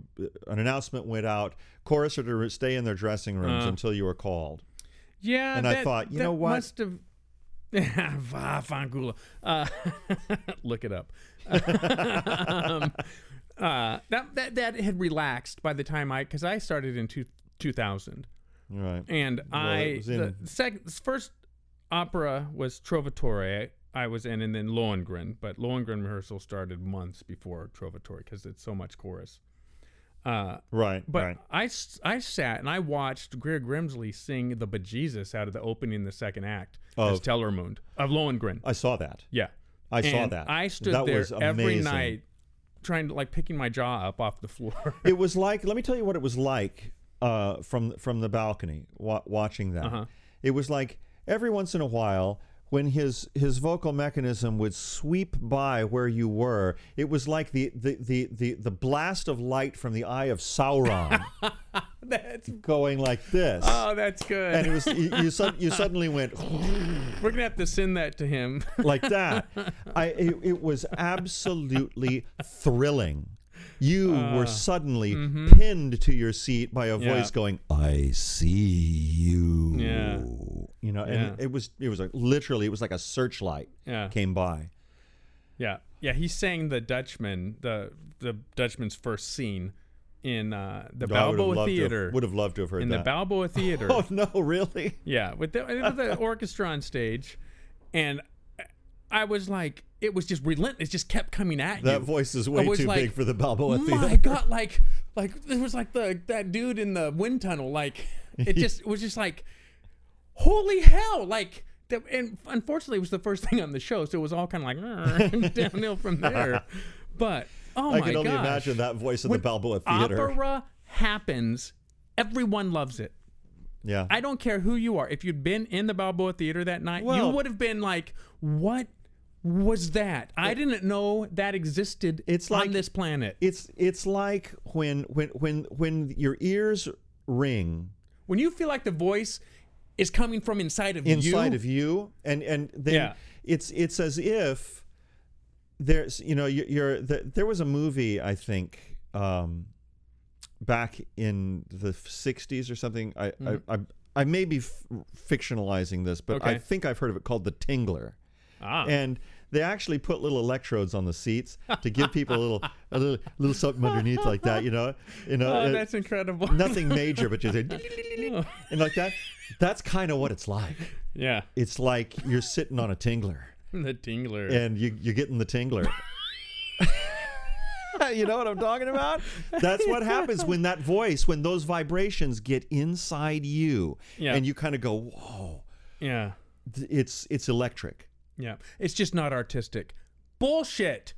B: an announcement went out. Chorus are to stay in their dressing rooms
A: Uh.
B: until you are called.
A: yeah.
B: and I
A: that-
B: thought, you
A: that
B: know what?
A: Must have. <laughs> Va Fangula. Uh, <laughs> look it up. um, uh, that, that that had relaxed by the time I, because I started in two, 2000.
B: Right.
A: and
B: it
A: I
B: was
A: the
B: in-
A: second first opera was Trovatore I was in, and then Lohengrin. But Lohengrin rehearsal started months before Trovatore because it's so much chorus. Uh,
B: Right.
A: but
B: right.
A: I, s- I sat and I watched Greer Grimsley sing the bejesus out of the opening in the second act as
B: Of-
A: Tellermund of Lohengrin.
B: I saw that.
A: yeah,
B: I saw
A: And
B: that.
A: I stood
B: that
A: there
B: was
A: every
B: amazing.
A: night trying to like picking my jaw up off the floor. <laughs>
B: it was like let me tell you what it was like uh, from from the balcony wa- watching that. It was like every once in a while when his his vocal mechanism would sweep by where you were. It was like the the the the, the blast of light from the eye of Sauron
A: that's
B: going like this.
A: oh, that's good.
B: and it was you, you, sud- you suddenly went
A: We're gonna have to send that to him. <laughs>
B: like that. I it, it was absolutely thrilling. You were suddenly pinned to your seat by a
A: Uh, mm-hmm. Yeah.
B: voice going, "I see you."
A: Yeah.
B: You know, and
A: Yeah.
B: it was it was like literally it was like a searchlight
A: yeah.
B: came by.
A: Yeah, yeah, he sang the Dutchman, the the Dutchman's first scene in uh, the
B: I would have
A: Balboa
B: loved to have-
A: Theater.
B: Would have loved to have heard
A: in
B: that.
A: the Balboa Theater.
B: <laughs> oh no, really?
A: Yeah, with the, with the orchestra on stage, and I was like, it was just relentless. It just kept coming at you.
B: That voice is way
A: was
B: too
A: like, "Oh
B: big for the Balboa
A: My
B: Theater.
A: God, like, like it was like the that dude in the wind tunnel. Like,
B: <laughs>
A: it just it was just like, holy hell! Like, that, and unfortunately, it was the first thing on the show, so it was all kind of <laughs> like downhill from there. But oh
B: <laughs> I
A: my
B: can only
A: gosh,
B: imagine that voice in
A: When
B: the Balboa Theater.
A: opera happens. Everyone loves it.
B: yeah.
A: I don't care who you are. If you'd been in the Balboa Theater that night,
B: Well-
A: you would have been like, "What was that? I didn't know that existed.
B: It's like-
A: on this planet."
B: it's it's like when when when when your ears ring
A: when you feel like the voice is coming from inside of you.
B: inside of you and and then
A: Yeah.
B: it's it's as if there's you know you're, you're the, there was a movie i think um back in the 60s or something i
A: Hmm.
B: I, I i may be f- fictionalizing this but i
A: Okay.
B: think i've heard of it called the tingler
A: Ah,
B: and they actually put little electrodes on the seats to give people a little a little, little something underneath like that you know you know
A: oh,
B: uh,
A: that's Oh. incredible.
B: nothing major but <laughs> just a- and like that that's kind of what it's like
A: <laughs> yeah,
B: it's like you're sitting on a tingler
A: the tingler.
B: and you, you're getting the tingler. <laughs> you know what I'm talking about? That's <laughs> what happens when that voice, when those vibrations get inside you,
A: Yeah.
B: and you kind of go, "Whoa,
A: Yeah,
B: th- it's it's electric."
A: yeah. It's just not artistic. Bullshit.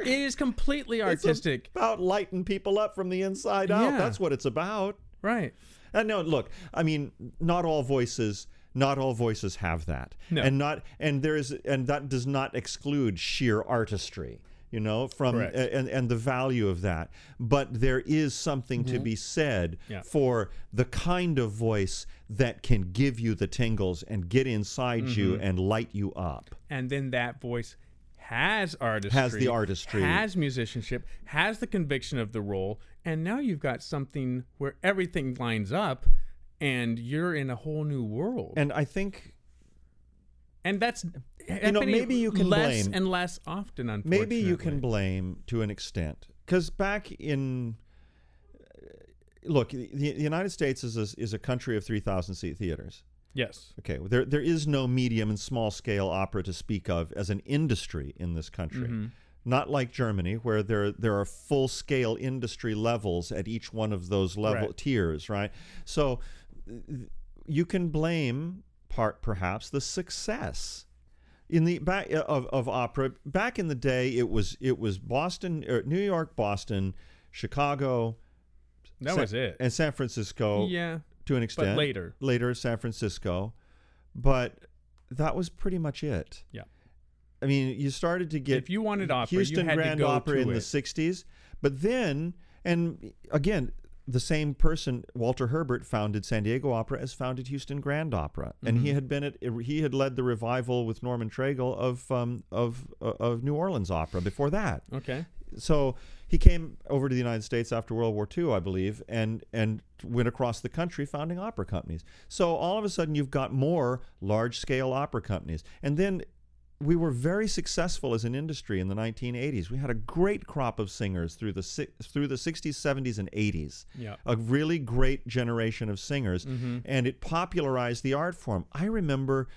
A: It is completely
B: It's
A: artistic,
B: about lighting people up from the inside out.
A: Yeah.
B: That's what it's about.
A: right?
B: And Uh, no, look, I mean, not all voices, not all voices have that,
A: No.
B: and not, and there is, and that does not exclude sheer artistry, you know, from
A: Correct.
B: a- and and the value of that. But there is something to be said
A: Mm-hmm. Yeah.
B: for the kind of voice that can give you the tingles and get inside you
A: Mm-hmm.
B: and light you up.
A: And then that voice has artistry,
B: artistry.
A: has musicianship, has the conviction of the role, and now you've got something where everything lines up, and you're in a whole new world.
B: And I think
A: and that's you
B: know, maybe you can
A: less
B: blame-
A: and less often. Unfortunately,
B: Maybe you can blame to an extent, because back in look, the, the United States is a, is a country of three thousand seat theaters.
A: yes,
B: Okay, well, there there is no medium and small scale opera to speak of as an industry in this country.
A: Mm-hmm.
B: Not like Germany, where there there are full scale industry levels at each one of those level
A: Right.
B: tiers, right? So th- you can blame part perhaps the success in the back of, of opera back in the day it was it was Boston or New York Boston Chicago
A: that
B: Sa- Oh,
A: was it.
B: and San Francisco
A: yeah,
B: to an extent.
A: later.
B: Later, San Francisco. But that was pretty much it.
A: Yeah.
B: I mean, you started to get
A: If you wanted opera, you
B: Houston
A: had to
B: Grand
A: go
B: Opera
A: to
B: in
A: it.
B: the 60s. But then, and again, the same person, Walter Herbert, founded San Diego Opera as founded Houston Grand Opera, and
A: Mm-hmm.
B: he had been at he had led the revival with Norman Traegle of um, of of New Orleans Opera before that
A: Okay,
B: so he came over to the United States after World War II, I believe, and and went across the country founding opera companies. So all of a sudden, you've got more large scale opera companies, and then we were very successful as an industry in the 1980s. We had a great crop of singers through the si- through the 60s, 70s, and 80s.
A: Yeah.
B: a really great generation of singers,
A: Mm-hmm.
B: and it popularized the art form. I remember,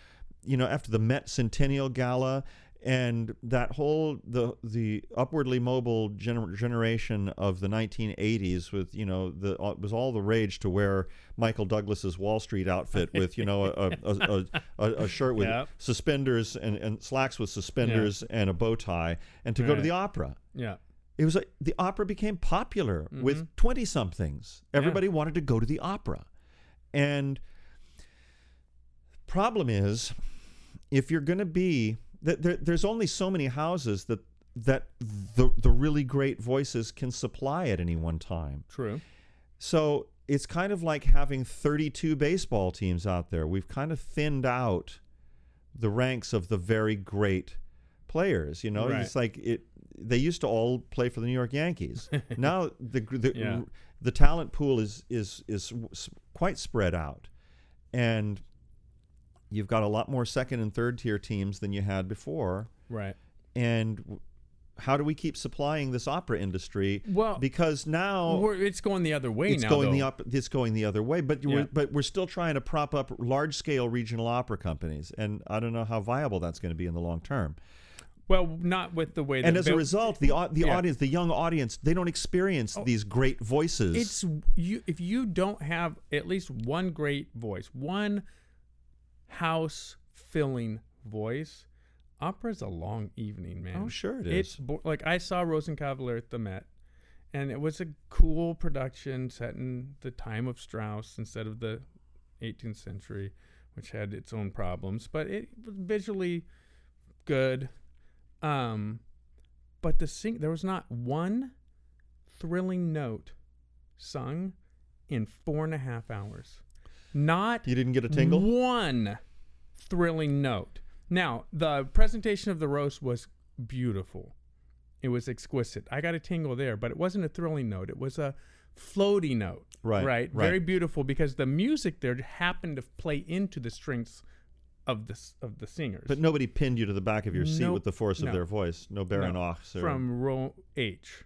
B: you know, after the Met Centennial Gala and that whole the the upwardly mobile gener- generation of the 1980s with you know the it was all the rage to wear Michael Douglas's Wall Street outfit with you know a a, a, a, a shirt
A: <laughs>
B: with
A: Yep.
B: suspenders and, and slacks with suspenders and a bow tie and to go to
A: Right.
B: the opera.
A: yeah,
B: It was like the opera became popular with 20 somethings. Everybody wanted to go to the opera. And problem is if you're going to be th- there, there's only so many houses that that the the really great voices can supply at any one time.
A: true.
B: So it's kind of like having 32 baseball teams out there. We've kind of thinned out the ranks of the very great players. You know,
A: Right.
B: it's like it. They used to all play for the New
A: <laughs>
B: York Yankees. now the the,
A: Yeah.
B: the talent pool is is is s- quite spread out, and you've got a lot more second and third tier teams than you had before.
A: Right.
B: And w- how do we keep supplying this opera industry?
A: Well,
B: because now
A: We're- it's going the other way
B: Oh. it's
A: now.
B: going the
A: though.
B: up. It's going the other way, but
A: Yeah.
B: we're, but we're still trying to prop up large scale regional opera companies, and I don't know how viable that's going to be in the long term.
A: Well, not with the way.
B: And
A: that
B: as a
A: Bill-
B: result, the au- the
A: Yeah. Oh.
B: audience, the young audience, they don't experience these great voices.
A: it's you. If you don't have at least one great voice, one house filling voice, opera's a long evening, man.
B: oh sure it
A: It's
B: is.
A: bo- like I saw Rosenkavalier at the Met, and it was a cool production set in the time of Strauss instead of the 18th century, which had its own problems. But it was visually good. Um, but the sing there was not one thrilling note sung in four and a half hours. Not
B: you didn't get a tingle.
A: one thrilling note. Now, the presentation of the roast was beautiful. It was exquisite. I got a tingle there, but it wasn't a thrilling note. It was a floaty note.
B: Right,
A: Right.
B: right.
A: Very beautiful because the music there happened to play into the strengths of the s- of the singers.
B: But nobody pinned you to the back of your seat
A: Nope.
B: with the force of
A: No.
B: their voice. No Baron
A: No.
B: Ochs or-
A: from Roll H.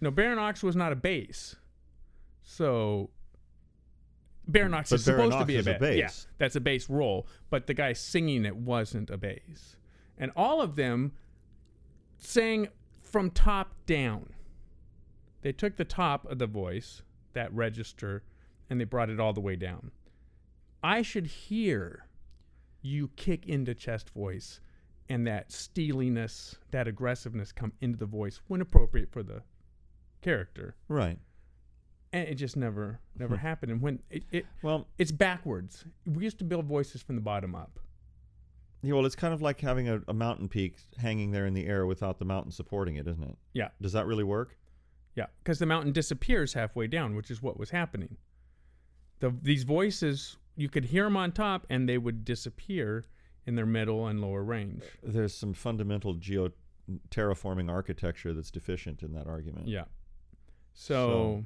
A: No, Baron Ox was not a bass. So Baron Ox
B: But
A: is
B: Baron
A: supposed to
B: Ox
A: be a,
B: is a
A: ba- yeah,
B: bass.
A: that's a bass roll, but the guy singing it wasn't a bass. And all of them sang from top down. They took the top of the voice, that register, and they brought it all the way down. I should hear you kick into chest voice and that steeliness, that aggressiveness come into the voice when appropriate for the character.
B: Right.
A: And it just never never happened. And when it, it
B: Well,
A: it's backwards. We used to build voices from the bottom up.
B: yeah, well, it's kind of like having a, a mountain peak hanging there in the air without the mountain supporting it, isn't it?
A: Yeah.
B: Does that really work?
A: Yeah, because the mountain disappears halfway down, which is what was happening. The these voices you could hear them on top, and they would disappear in their middle and lower range.
B: There's some fundamental geo terraforming architecture that's deficient in that argument.
A: Yeah.
B: Uh, So,
A: So,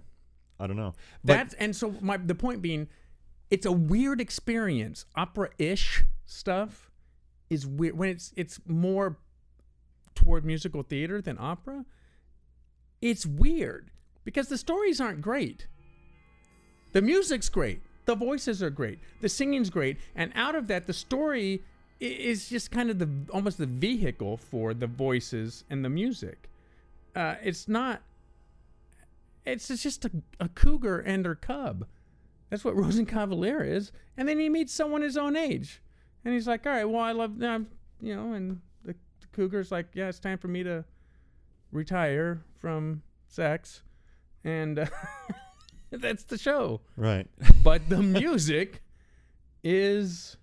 B: I don't know. But
A: that's and so my the point being, it's a weird experience. Opera ish stuff is weird when it's it's more toward musical theater than opera. It's weird because the stories aren't great. The music's great. The voices are great. The singing's great. And out of that, the story i- is just kind of the almost the vehicle for the voices and the music. Uh, it's not. It's it's just a, a cougar and her cub. That's what <laughs> Rosencavalier is. And then he meets someone his own age, and he's like, "All right, well, I love, i you know." And the, the cougar's like, "Yeah, it's time for me to retire from sex," and uh, <laughs> that's the show <laughs>
B: right,
A: but the music is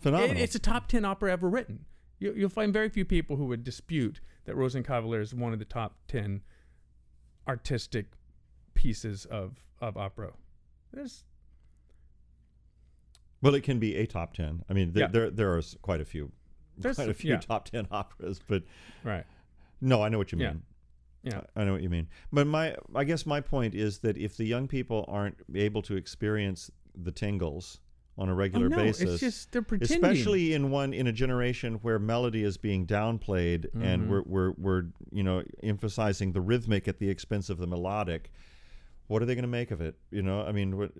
A: it,
B: <laughs> phenomenal.
A: it's a top 10 opera ever written you, you'll find very few people who would dispute that rosenkavalier is one of the top 10 artistic pieces of, of opera There's,
B: well, it can be a top ten. I mean, there
A: Yeah.
B: there, there are s- quite a few,
A: There's
B: quite a
A: a-
B: few
A: yeah.
B: <laughs> top ten operas. But
A: right
B: no, I know what you
A: Yeah.
B: mean.
A: yeah
B: I know what you mean. But my, I guess my point is that if the young people aren't able to experience the tingles on a
A: oh,
B: regular
A: no,
B: basis,
A: it's just they're pretending
B: especially in one in a generation where melody is being downplayed
A: Mm-hmm.
B: and we're, we're we're you know emphasizing the rhythmic at the expense of the melodic what are they going to make of it you know i mean what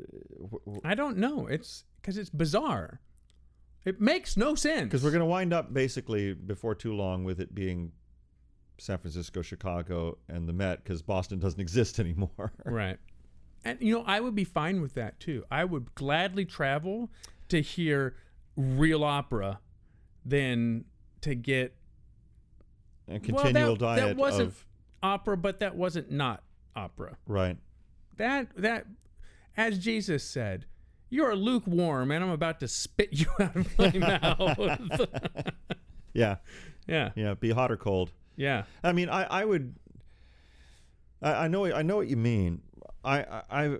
A: i don't know it's because it's bizarre it makes no sense
B: because we're going to wind up basically before too long with it being san francisco chicago and the met because boston doesn't <laughs> exist anymore
A: Right. And you know, I would be fine with that too. I would gladly travel to hear real opera than to get
B: a continual
A: well, that,
B: diet
A: That wasn't
B: of
A: opera, but that wasn't not opera.
B: right
A: That that as Jesus said, you are lukewarm and I'm about to spit you <laughs> out of
B: <laughs>
A: my mouth. <laughs>
B: yeah
A: yeah.
B: yeah be hot or cold
A: Yeah.
B: I mean, I, I would. I, I know. I know what you mean. I, I I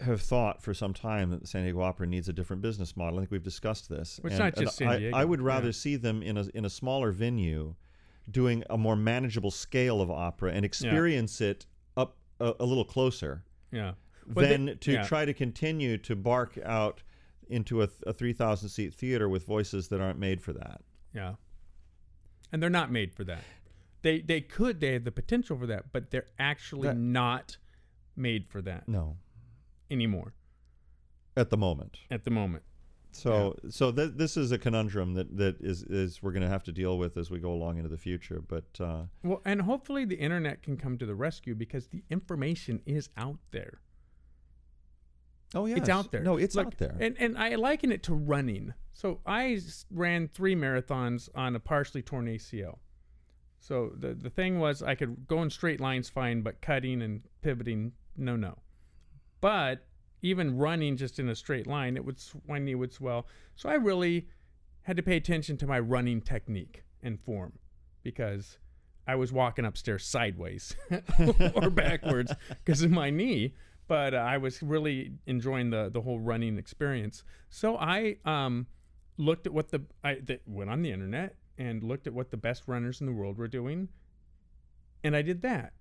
B: have thought for some time that the San Diego Opera needs a different business model. I think we've discussed this.
A: Well, it's not just San
B: I- I,
A: Diego,
B: would rather
A: yeah.
B: see them in a in a smaller venue, doing a more manageable scale of opera and experience it up a, a little closer
A: Yeah. But
B: than
A: they-
B: to
A: yeah.
B: try to continue to bark out into a, th- a three thousand seat theater with voices that aren't made for that.
A: Yeah. And they're not made for that. They they could they have the potential for that, but they're actually
B: That-
A: not made for that
B: No,
A: anymore
B: at the moment.
A: at the moment.
B: So so th- this is a conundrum that that is is we're going to have to deal with as we go along into the future. But uh,
A: Well, and hopefully the internet can come to the rescue because the information is out there.
B: oh yeah,
A: It's out there.
B: No, it's
A: Look,
B: out there.
A: And and I liken it to running. So I s- ran three marathons on a partially torn ACL. So the the thing was I could go in straight lines fine, but cutting and pivoting, no no. But even running just in a straight line, it would s- my knee would swell. So I really had to pay attention to my running technique and form because I was walking upstairs sideways <laughs> or backwards because of my knee. But uh, I was really enjoying the the whole running experience. So I um, looked at what the I th- went on the internet and looked at what the best runners in the world were doing, and I did that.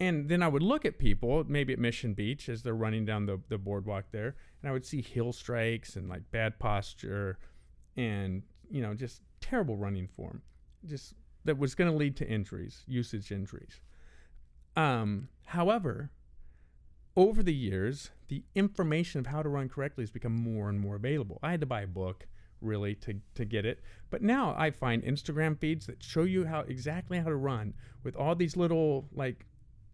A: And then I would look at people, maybe at Mission Beach as they're running down the, the boardwalk there, and I would see heel strikes and like bad posture and, you know, just terrible running form. Just that was going to lead to injuries, usage injuries. Um, however, over the years, the information of how to run correctly has become more and more available. I had to buy a book really to, to get it. But now I find Instagram feeds that show you how exactly how to run with all these little like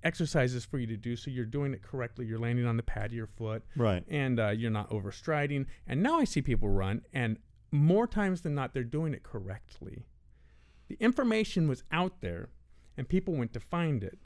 A: exercises for you to do so you're doing it correctly. You're landing on the pad of your foot
B: right.
A: and uh, you're not overstriding. And now I see people run and more times than not, they're doing it correctly. The information was out there, and people went to find it.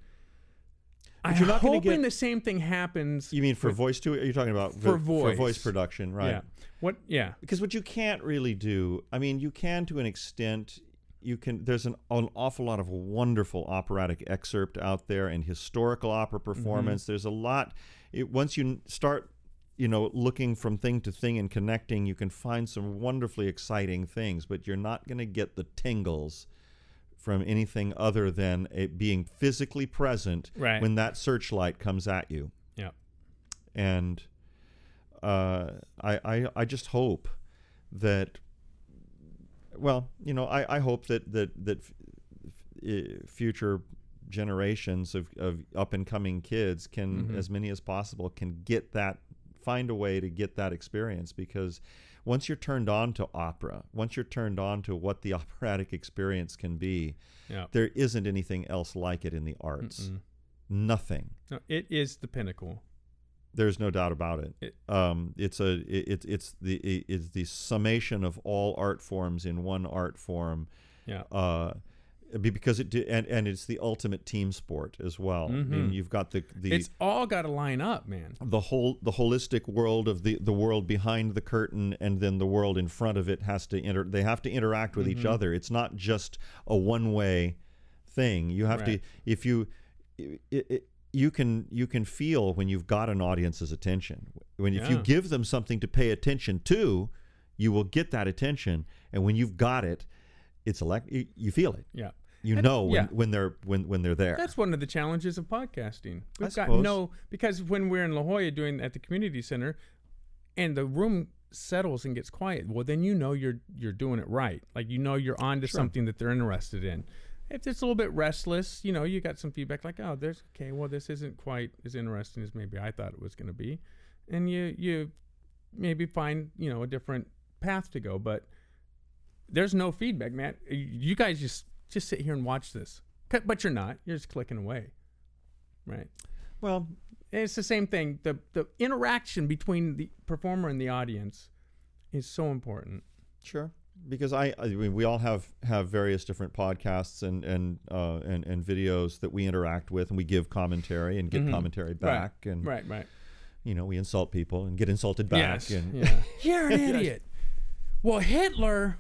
B: But
A: I'm
B: you're not gonna
A: hoping
B: get-
A: the same thing happens.
B: You mean for
A: with-
B: voice to? Are you talking about
A: For
B: for voice
A: voice.
B: production, right?
A: Yeah. What? Yeah.
B: because what you can't really do i mean you can to an extent you can there's an, an awful lot of wonderful operatic excerpt out there and historical opera
A: Mm-hmm.
B: performance there's a lot it, once you n- start you know looking from thing to thing and connecting you can find some wonderfully exciting things but you're not going to get the tingles from anything other than it being physically present
A: Right.
B: when that searchlight comes at you
A: Yeah.
B: and uh, I, I I just hope that well you know I, I hope that that that f- f- i- future generations of, of up and coming kids can as many as possible can get that find a way to get that experience because once you're turned on to opera once you're turned on to what the <laughs> operatic experience can be
A: Yeah.
B: there isn't anything else like it in the arts nothing
A: No, it is the pinnacle.
B: there's no doubt about it.
A: It-
B: um, it's a it, it's the it, it's the summation of all art forms in one art form,
A: Yeah.
B: uh, be- because it do, and and it's the ultimate team sport as well. I mean, you've got the the
A: It's all got to line up, man.
B: the whole the holistic world of the the world behind the curtain and then the world in front of it has to inter they have to interact with
A: Mm-hmm.
B: each other it's not just a one way thing you have to
A: Right.
B: if you i it, you can you can feel when you've got an audience's attention when if you
A: Yeah.
B: give them something to pay attention to you will get that attention and when you've got it it's elect you, you feel it
A: Yeah.
B: you
A: And-
B: know when,
A: yeah.
B: when they're when when they're there
A: That's one of the challenges of podcasting. We've got
B: suppose.
A: no because when we're in La Jolla doing at the community center, and the room settles and gets quiet, well, then you know you're you're doing it right. Like you know you're onto something that they're interested in. If it's a little bit restless, you know, you got some feedback like, "Oh, there's okay. Well, this isn't quite as interesting as maybe I thought it was going to be," and you you maybe find you know a different path to go. But there's no feedback, man. You guys just just sit here and watch this, C- but you're not. You're just clicking away, right?
B: well
A: And it's the same thing. The the interaction between the performer and the audience is so important.
B: Sure. Because I, I mean, we all have have various different podcasts and and uh, and and videos that we interact with, and we give commentary and get commentary back, and
A: Mm-hmm. Right, right.
B: you know we insult people and get insulted back,
A: <laughs> yes.
B: and
A: Yeah. you're an idiot. Well,
B: <laughs>
A: Hitler.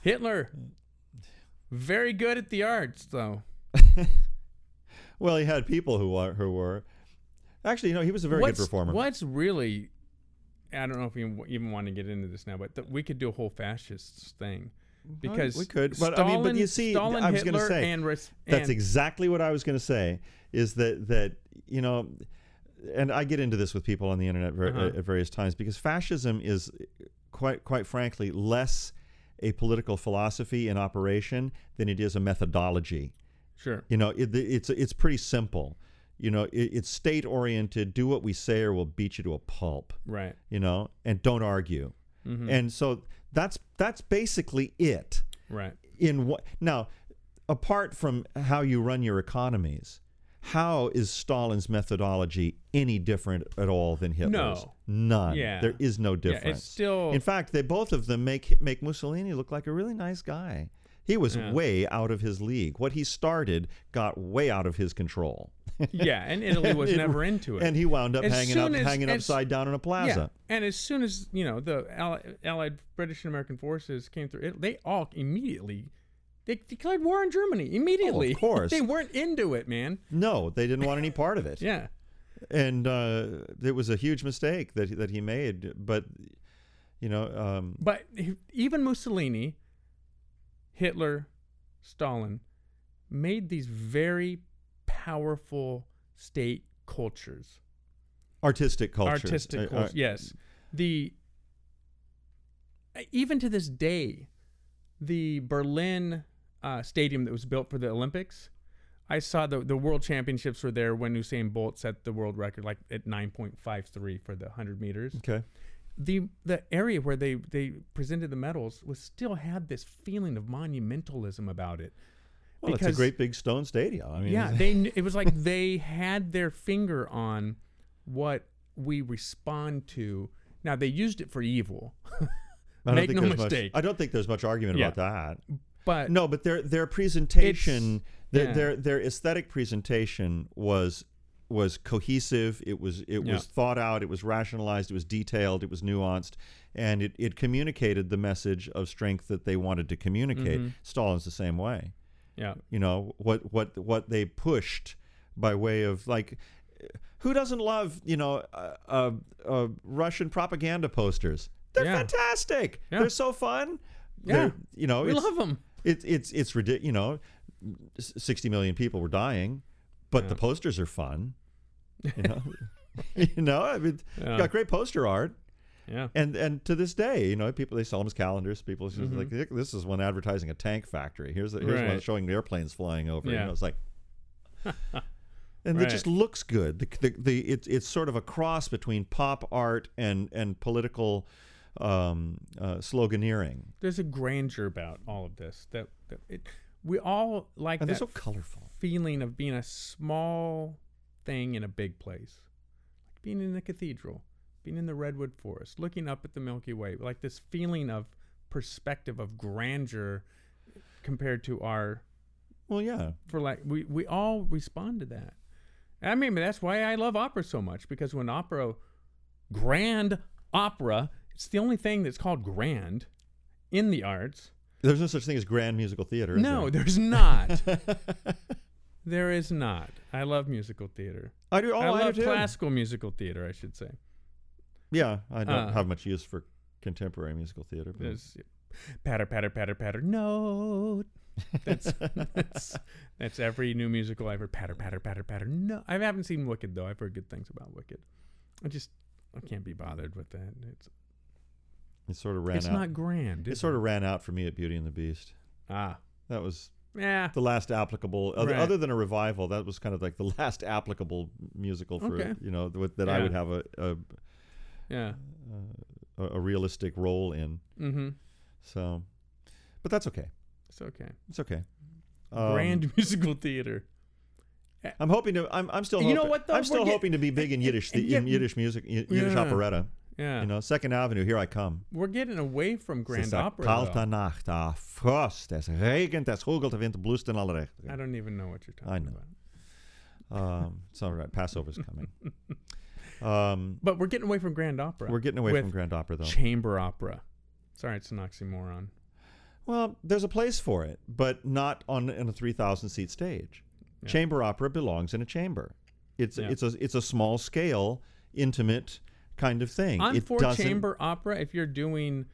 A: Hitler. Very good at the arts, though.
B: well, he had people who are who were actually, you know, he was a very
A: what's,
B: good performer.
A: What's really, I don't know if we w- even want to get into this now, but th- we could do a whole fascists thing because
B: Oh, we could, but I mean, but
A: Stalin-
B: you see,
A: Stalin,
B: I was gonna
A: Hitler,
B: say,
A: and, res-
B: That's
A: and-
B: exactly what I was going to say. Is that that you know, and I get into this with people on the internet ver-
A: Uh-huh.
B: at various times because fascism is quite quite frankly less a political philosophy in operation than it is a methodology.
A: sure,
B: You know, it, it's it's pretty simple. You know, it, it's state oriented. Do what we say, or we'll beat you to a pulp
A: right,
B: you know, and don't argue.
A: Mm-hmm.
B: And so that's that's basically it.
A: right,
B: In what now, apart from how you run your economies, how is Stalin's methodology any different at all than Hitler's?
A: No.
B: None.
A: Yeah.
B: There is no
A: it's
B: difference.
A: still-
B: In fact, they both of them make make Mussolini look like a really nice guy. He was
A: Yeah.
B: way out of his league. What he started got way out of his control.
A: yeah. And Italy was
B: It-
A: never into it,
B: <laughs> And he wound up
A: As
B: hanging up
A: soon as-
B: hanging
A: as-
B: upside down in a
A: yeah.
B: plaza.
A: And as soon as you know the Allied, Allied British and American forces came through, it, they all immediately. They declared war on Germany immediately.
B: Oh,
A: <laughs>
B: course.
A: they weren't into it, man.
B: No, they didn't want any part of
A: <laughs>
B: it.
A: Yeah,
B: and uh, it was a huge mistake that that he made. But you know, um,
A: But he- even Mussolini, Hitler, Stalin made these very powerful state cultures,
B: artistic culture,
A: artistic
B: uh, uh,
A: cultures. yes, the uh, even to this day, the Berlin uh, stadium that was built for the Olympics. I saw the the World Championships were there when Usain Bolt set the world record, like at nine point five three for the hundred meters
B: okay,
A: the the area where they they presented the medals was still had this feeling of monumentalism about it.
B: well, it's a
A: Because-
B: great big stone <laughs> stadium. I mean,
A: Yeah, they kn- it was like they had their finger on what we respond to. Now they used it for evil. <laughs>
B: I don't
A: Make
B: think
A: no
B: there's much-
A: mistake.
B: I don't think there's much argument
A: Yeah.
B: about that.
A: but
B: No, but their their presentation, their,
A: yeah.
B: their their aesthetic presentation was was cohesive. It was it
A: Yeah.
B: was thought out. It was rationalized. It was detailed. It was nuanced, and it, it communicated the message of strength that they wanted to communicate.
A: Mm-hmm.
B: Stalin's the same way.
A: yeah,
B: You know what what what they pushed by way of like. Who doesn't love you know uh, uh, uh, Russian propaganda posters? They're
A: Yeah.
B: fantastic.
A: Yeah.
B: They're so fun.
A: Yeah.
B: They're- you know
A: we
B: it's-
A: love them.
B: it's it's it's ridiculous. You know, s- sixty million people were dying, but the posters are fun.
A: <laughs>
B: You know, <laughs> you know, I mean,
A: Yeah.
B: got great poster art,
A: Yeah,
B: and and to this day, you know, people they sell them as calendars. People are just like "Look, this is one advertising a tank factory. Here's the, here's one
A: Mm-hmm. Right.
B: that's showing the airplanes flying over. You
A: Yeah.
B: know, it's like.
A: <laughs>
B: And it just looks good. The, the, the it's it's sort of a cross between pop art and and political um, uh, sloganeering,
A: there's a grandeur about all of this that, that it, we all like
B: and
A: that
B: they're so colorful.
A: feeling of being a small thing in a big place, like being in the cathedral, being in the redwood forest, looking up at the Milky Way, like this feeling of perspective of grandeur compared to our
B: Well, yeah.
A: for like we we all respond to that. And I mean that's why I love opera so much because when opera grand opera, it's the only thing that's called grand in the arts.
B: There's no such thing as grand musical theater. Is
A: No,
B: there?
A: there's
B: <laughs>
A: not. <laughs> there is not. I love musical theater.
B: I do. Oh,
A: I
B: I,
A: love
B: do too.
A: classical musical theater, I should say.
B: Yeah, I don't
A: Uh.
B: have much use for contemporary musical theater. But
A: There's patter patter patter patter note. That's <laughs> that's that's every new musical I've heard. Patter patter patter patter. No, I haven't seen Wicked though. I've heard good things about Wicked. I just I can't be bothered with that. It's
B: it sort of ran
A: it's
B: out.
A: not grand.
B: it
A: is
B: sort of ran out for me at Beauty and the Beast.
A: ah
B: That was
A: yeah
B: the last applicable, other,
A: Right.
B: other than a revival. That was kind of like the <laughs> last applicable musical for
A: Okay.
B: you know th- that I
A: Yeah.
B: would have a a,
A: yeah.
B: a a realistic role in.
A: Mm-hmm.
B: So, but that's okay.
A: It's okay.
B: It's okay. Um,
A: grand <laughs> musical theater.
B: I'm hoping to. I'm, I'm still.
A: You know
B: hoping-
A: what, though?
B: I'm still
A: We're get-
B: hoping to be big
A: <laughs>
B: in Yiddish,
A: and
B: the, in
A: yet-
B: Yiddish music, Yiddish operetta.
A: Yeah,
B: You know, Second Avenue, here I come.
A: we're getting away from grand
B: het is
A: opera.
B: een
A: though.
B: koude nacht. Ah, frost. Het regent, het hoogelt, de wind bloest in alle richtingen.
A: I don't even know what you're talking
B: I know.
A: about.
B: Um, it's all right. Passover's
A: <laughs>
B: coming. Um,
A: But we're getting away from grand opera.
B: we're getting away
A: With
B: from grand opera, though.
A: chamber opera. Sorry, it's an oxymoron.
B: well, there's a place for it, but not on in a 3,000 seat stage.
A: Yeah.
B: Chamber opera belongs in a chamber. It's
A: Yeah.
B: it's a it's a small scale, intimate kind of thing.
A: I'm
B: it
A: for
B: doesn't-
A: chamber opera if you're doing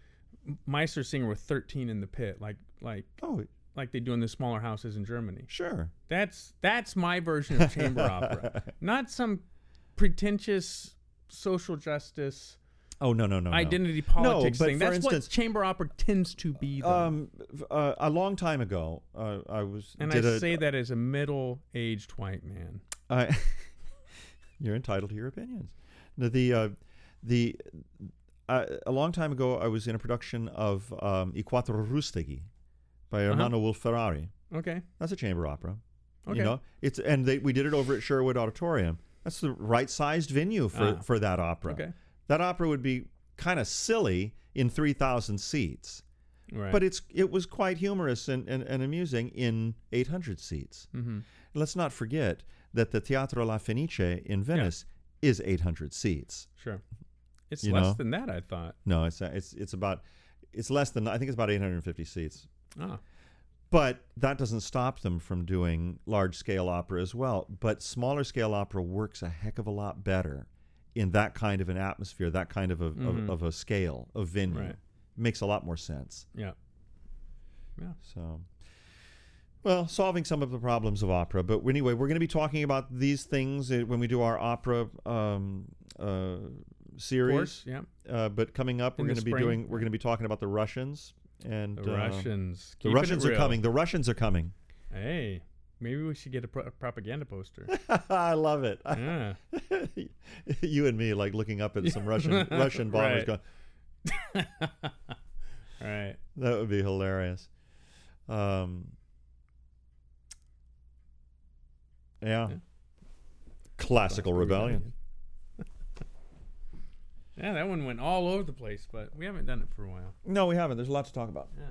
A: Meister Singer with 13 in the pit, like like
B: Oh,
A: like they do in the smaller houses in Germany.
B: sure.
A: That's that's my version of
B: <laughs>
A: chamber opera, not some pretentious social justice
B: Oh no no no. no.
A: identity politics
B: but
A: thing.
B: for
A: That's
B: instance-
A: what chamber opera tends to be. Though.
B: Um, f- uh, a long time ago, uh, I was
A: and I
B: did a-
A: say that as a middle-aged white man.
B: I, <laughs> you're entitled to your opinions. No, the uh, the uh, a long time ago, I was in a production of um, I Quattro Rustegi by
A: Uh-huh.
B: Ermanno Wolferrari.
A: Okay.
B: That's a chamber opera.
A: Okay.
B: You know, it's and they, we did it over at Sherwood Auditorium. That's the right sized venue for,
A: Ah.
B: for that opera.
A: Okay.
B: That opera would be kind of silly in three thousand seats,
A: Right.
B: but it's it was quite humorous and, and, and amusing in eight hundred seats.
A: hmm
B: Let's not forget that the Teatro La Fenice in Venice is 800 seats.
A: Sure. It's
B: You
A: less
B: know?
A: than that, I thought.
B: No, it's uh, it's it's about it's less than I think it's about 850 seats.
A: Ah,
B: But that doesn't stop them from doing large scale opera as well. But smaller scale opera works a heck of a lot better in that kind of an atmosphere, that kind of a,
A: Mhm.
B: of, of a scale, of venue.
A: Right.
B: Makes a lot more sense.
A: yeah.
B: So, well, solving some of the problems of opera. But anyway, we're going to be talking about these things uh, when we do our opera um, uh,
A: Of
B: series.
A: course, yeah.
B: Uh, but coming up,
A: In the
B: we're going to be
A: spring.
B: doing. We're going to be talking about the Russians and
A: The
B: uh,
A: Russians.
B: The
A: keeping it
B: Russians are
A: real.
B: coming. The Russians are coming. <laughs>
A: Hey, maybe we should get a pro- propaganda
B: <laughs>
A: poster.
B: I love it. <laughs>
A: yeah.
B: you and me, like looking up at some Russian Russian bombers.
A: <laughs> Right.
B: Going,
A: All right.
B: that would be hilarious. Um, yeah.
A: Yeah.
B: Classical rebellion.
A: <laughs> Yeah, that one went all over the place, but we haven't done it for a while.
B: No, we haven't. There's a lot to talk about.
A: Yeah.